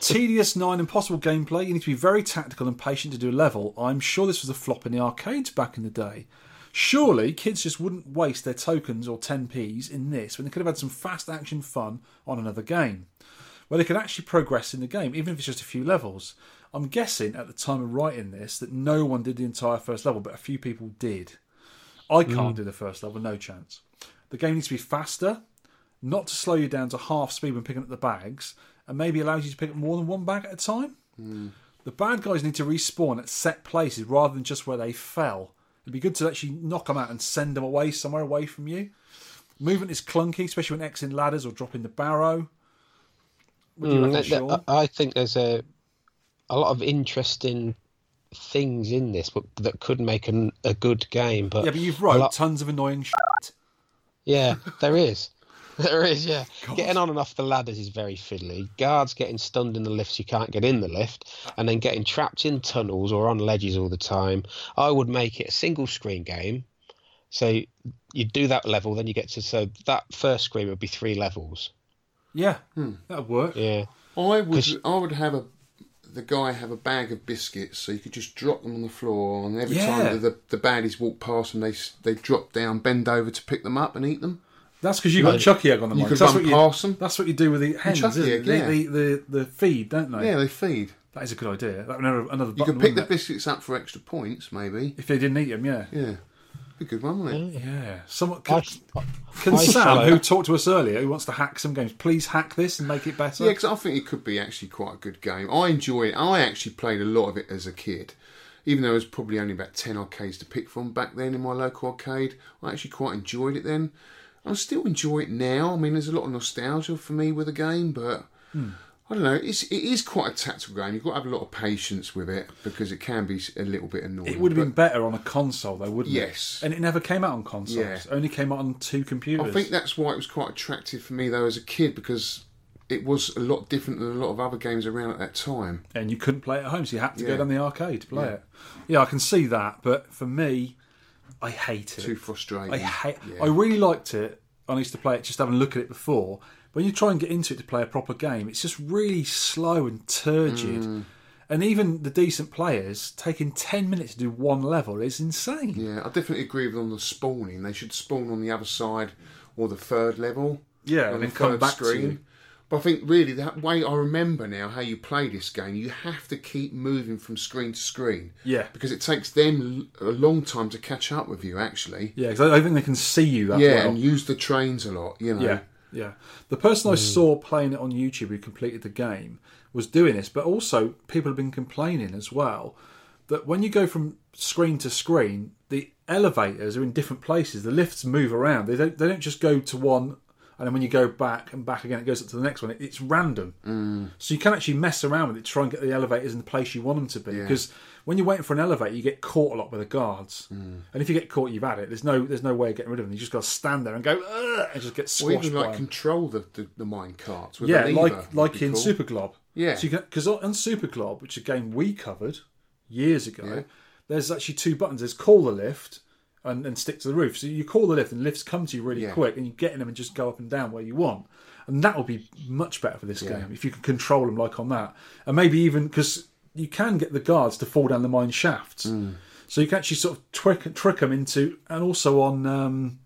Tedious, nine impossible gameplay. You need to be very tactical and patient to do a level. I'm sure this was a flop in the arcades back in the day. Surely kids just wouldn't waste their tokens or 10p's in this when they could have had some fast action fun on another game where they could actually progress in the game, even if it's just a few levels. I'm guessing at the time of writing this that no one did the entire first level, but a few people did. I can't do the first level, no chance. The game needs to be faster, not to slow you down to half speed when picking up the bags, and maybe allows you to pick up more than one bag at a time. The bad guys need to respawn at set places rather than just where they fell. It'd be good to actually knock them out and send them away somewhere away from you. Movement is clunky, especially when Xing ladders or dropping the barrow. Would you reckon,
Mm, th- th-
Sean?
I I think there's a a lot of interesting things in this but that could make an, a good game. But
Yeah, but you've wrote
a lot-
tons of annoying shit.
yeah, there is. There is, yeah. Getting on and off the ladders is very fiddly. Guards getting stunned in the lifts, you can't get in the lift,
Uh.
and then getting trapped in tunnels or on ledges all the time. I would make it a single screen game. So you do that level, then you get to so that first screen would be three levels.
Yeah,
Hmm.
that'd work.
Yeah.
I would
'Cause-
I would have a the guy have a bag of biscuits so you could just drop them on the floor and every
Yeah.
time the, the the baddies walk past and they s- they drop down bend over to pick them up and eat them.
That's because you got Chucky egg on the
you
mind.
could
that's
run
what
past
you,
'em.
That's what you do with the hens.
Chucky
isn't it?
egg,
They-
yeah.
They, the the feed, don't they?
Yeah, they feed.
That is a good idea. That would another another.
You
Button,
could pick
wouldn't
the
it?
biscuits up for extra points, maybe.
if they didn't eat them. Yeah,
Yeah, be a good one, wouldn't it?
yeah. Someone
I,
can, can
I
Sam,
shall-
who talked to us earlier, who wants to hack some games, please hack this and make it better.
Yeah, because I think it could be actually quite a good game. I enjoy it. I actually played a lot of it as a kid, even though there was probably only about ten arcades to pick from back then in my local arcade. I actually quite enjoyed it then. I still enjoy it now. I mean, there's a lot of nostalgia for me with the game, but
Hmm.
I don't know. It's it is quite a tactical game. You've got to have a lot of patience with it because it can be a little bit annoying.
It would have
but-
been better on a console, though, wouldn't it?
Yes.
And it never came out on consoles.
Yeah.
It only came out on two computers.
I think that's why it was quite attractive for me though as a kid because it was a lot different than a lot of other games around at that time.
and you couldn't play it at home, so you had to go
Yeah.
down the arcade to play it. Yeah, I can see that, but for me, I hate it.
Too frustrating.
I hate. I really liked it. I used to play it just having a look at it before. When you try and get into it to play a proper game, it's just really slow and turgid.
Mm.
And even the decent players taking ten minutes to do one level is insane.
Yeah, I definitely agree with on the spawning. They should spawn on the other side or the third level.
Yeah, and
on the
then come
third
back to you.
But I think really that way I remember now how you play this game. You have to keep moving from screen to screen.
Yeah.
because it takes them l- a long time to catch up with you. Actually,
Yeah, because I, I think they can see you that
yeah,
well.
and use the trains a lot. You know, Mm.
Yeah, yeah. The person I saw playing it on YouTube who completed the game was doing this, but also people have been complaining as well that when you go from screen to screen, the elevators are in different places. The lifts move around. They don't. They don't just go to one. And then when you go back and back again, it goes up to the next one. It, it's random,
Mm.
so you can actually mess around with it, try and get the elevators in the place you want them to be. Because when you're waiting for an elevator, you get caught a lot by the guards,
Mm.
and if you get caught, you've had it. There's no, there's no way of getting rid of them. You just got to stand there and go, "Ugh," and just get
or
squashed
even
by
like
'em.
control the the, the mine carts. With
yeah,
a lever
like
would
like
be
in
cool.
Super Glob.
Yeah.
so because on Super Glob, which is a game we covered years ago,
Yeah.
there's actually two buttons. There's call the lift and, and stick to the roof. So you call the lift, and lifts come to you really
Yeah.
quick, and you get in them and just go up and down where you want. And that would be much better for this game if you could control them like on that, and maybe even because you can get the guards to fall down the mine shafts.
Mm.
So you can actually sort of trick trick them into, and also on um,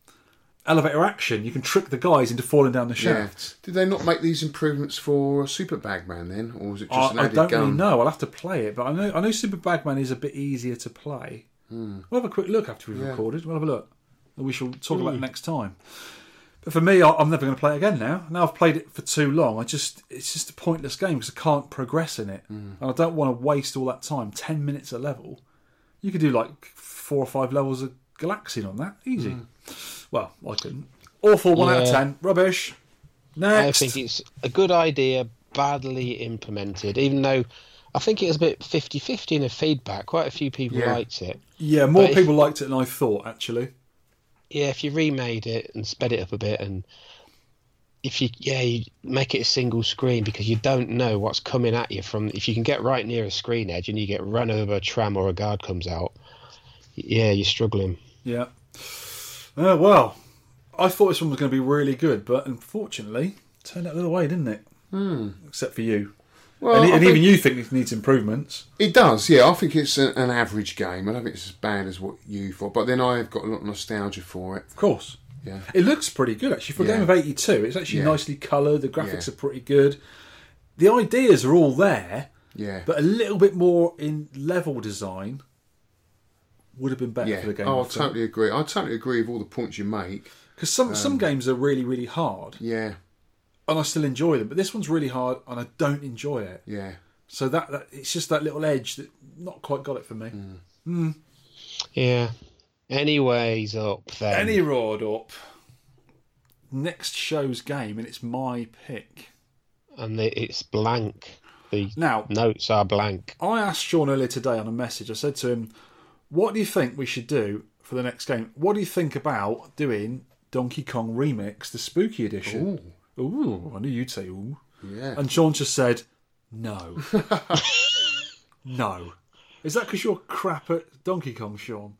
elevator action, you can trick the guys into falling down the
Yeah.
shafts.
Did they not make these improvements for Super Bagman then, or was it just
I,
an
I
added
don't
gun?
really know. I'll have to play it, but I know I know Super Bagman is a bit easier to play.
Hmm.
We'll have a quick look after we've recorded. We'll have a look. And We shall talk about it next time. But for me, I, I'm never going to play it again now. Now I've played it for too long. I just it's just a pointless game because I can't progress in it,
Hmm.
and I don't want to waste all that time. Ten minutes a level. You could do like four or five levels of Galaxian on that easy.
Hmm.
Well, I couldn't. Awful one out of
Yeah.
ten. Rubbish.
I
Next.
think it's a good idea, badly implemented, even though I think it was a bit 50 50 in the feedback. Quite a few people
Yeah.
liked it.
yeah, more
but if-
people liked it than I thought actually.
yeah, if you remade it and sped it up a bit, and if you yeah, you make it a single screen because you don't know what's coming at you from. If you can get right near a screen edge and you get run over by a tram or a guard comes out, yeah, you're struggling.
Yeah. Oh well, I thought this one was going to be really good, but unfortunately, it turned out the other way, didn't it? Mm. Except for you,
Hmm. Well,
and,
I
and
think-
even you think it needs improvements.
It does, yeah. I think it's a, an average game. I don't think it's as bad as what you thought, but then I've got a lot of nostalgia for it.
Of course.
Yeah.
It looks pretty good actually for a game
Yeah.
of '82. It's actually
Yeah.
nicely coloured. The graphics
Yeah.
are pretty good. The ideas are all there,
Yeah.
but a little bit more in level design would have been better
yeah.
for the game.
oh, I totally agree. I totally agree with all the points you make.
Because some
Um,
some games are really really hard,
Yeah,
and I still enjoy them. But this one's really hard, and I don't enjoy it.
yeah.
So that, that it's just that little edge that not quite got it for me.
Yeah. Anyways, up then.
Any roared up. Next show's game, and it's my pick.
and the, it's blank. The
Now,
notes are blank.
I asked Sean earlier today on a message. I said to him, "What do you think we should do for the next game? What do you think about doing Donkey Kong Remix, the Spooky Edition?" Ooh, I knew you'd say ooh.
Yeah.
And Sean just said, "No, no." Is that because you're crap at Donkey Kong, Sean?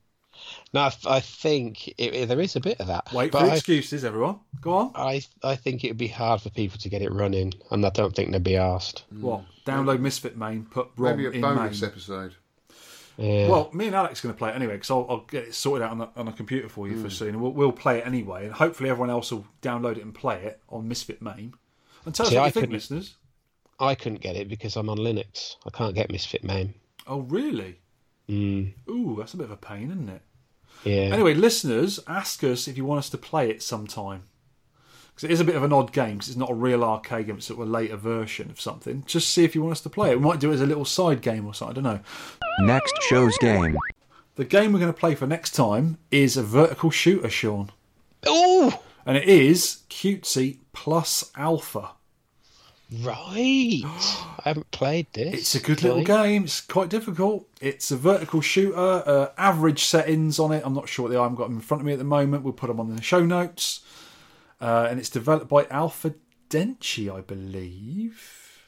No, I, th- I think it, it- there is a bit of that.
Wait
but
for
I,
excuses, everyone. Go on.
I I think it'd be hard for people to get it running, and I don't think they'd be asked.
What? Download Misfit Main. Put Rom
Hmm. Maybe a
in
bonus
Main.
episode.
Yeah.
Well, me and Alex are going to play it anyway because I'll, I'll get it sorted out on a, on a computer for you
Hmm.
for soon. We'll, we'll play it anyway, and hopefully everyone else will download it and play it on Misfit Main. And tell us
See,
what
I
you think,
couldn't-
listeners.
I couldn't get it because I'm on Linux. I can't get Misfit Mame.
Oh, really?
Mm,
Ooh, that's a bit of a pain, isn't it?
yeah.
Anyway, listeners, ask us if you want us to play it sometime. Because it is a bit of an odd game, because it's not a real arcade game, it's sort of a later version of something. Just see if you want us to play it. We might do it as a little side game or something, I don't know.
Next show's game.
The game we're going to play for next time is a vertical shooter, Sean.
Oh,
And it is Cutesy Plus Alpha.
right. I haven't played this.
It's a good little
Right.
game. It's quite difficult. It's a vertical shooter. Uh, average settings on it. I'm not sure what they are. I've got them in front of me at the moment. We'll put them on the show notes. Uh, and it's developed by Alpha Denci, I believe.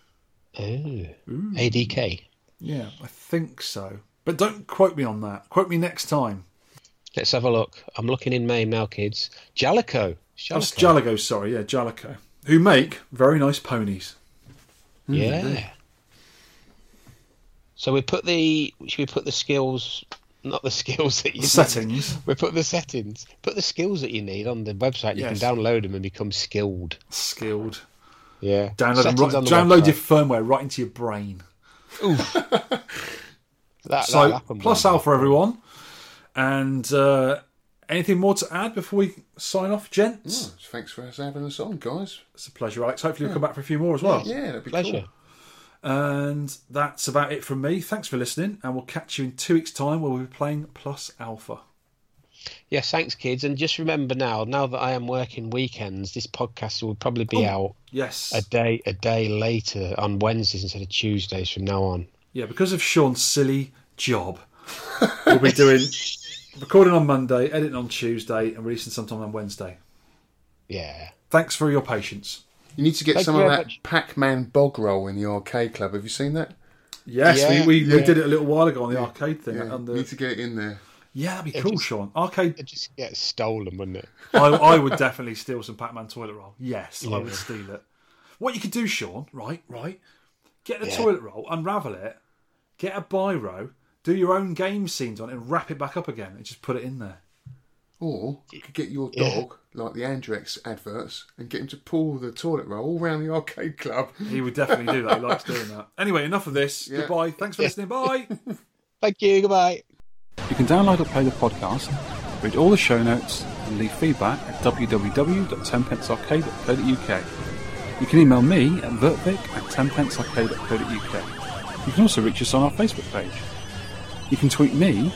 Oh. ADK.
Yeah, I think so. But don't quote me on that. Quote me next time.
Let's have a look. I'm looking in Mame now, kids. Jalico.
That's
Jalico.
Jalico, sorry. Yeah, Jalico. Who make very nice ponies.
Yeah. So we put the should we put the skills not the skills that you
Settings.
we put the settings put the skills that you need on the website. You
Yes.
can download them and become skilled.
Skilled.
Yeah,
Download, them
Settings
right,
on the
download
website.
your firmware right into your brain.
that, that'll
So
happen
plus
one day.
alpha, everyone. And uh, anything more to add before we sign off, gents?
Oh, thanks for us having us on, guys.
It's a pleasure, Alex. Hopefully, you'll come back for a few more as well.
Yeah, that'd be
pleasure.
cool.
And that's about it from me. Thanks for listening, and we'll catch you in two weeks' time where we'll be playing plus alpha.
Yes, thanks, kids. And just remember now, now that I am working weekends, this podcast will probably be out
Yes.
a day a day later on Wednesdays instead of Tuesdays from now on.
Yeah, because of Sean's silly job, we'll be doing recording on Monday, editing on Tuesday, and releasing sometime on Wednesday.
Yeah.
Thanks for your patience.
You need to get
Thank
some
you
of
very
that
much.
Pac-Man bog roll in the arcade club. Have you seen that?
Yes,
Yeah,
we, we, we
yeah.
did it a little while ago on the arcade thing.
Yeah,
on the-
need to get it in there.
yeah that'd be cool, Sean. Arcade
It just gets stolen, wouldn't it?
I, I would definitely steal some Pac-Man toilet roll. Yes, I would steal it. What you could do, Sean? Right, right. Get the toilet roll, unravel it, get a biro, do your own game scenes on it, and wrap it back up again, and just put it in there.
Or you could get your
Yeah.
dog, like the Andrex adverts, and get him to pull the toilet roll all round the arcade club.
He would definitely do that. He likes doing that. Anyway, enough of this.
Yeah.
Goodbye. Thanks for listening. Bye.
Thank you, goodbye.
You can download or play the podcast, read all the show notes, and leave feedback at www.tenpencearcade.co.uk. You can email me at vertvic at tenpencearcade.co.uk. You can also reach us on our Facebook page. You can tweet me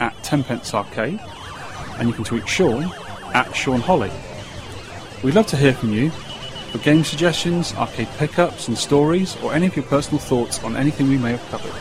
at tenpencearcade, and you can tweet Sean at Sean Holly. We'd love to hear from you for game suggestions, arcade pickups and stories, or any of your personal thoughts on anything we may have covered.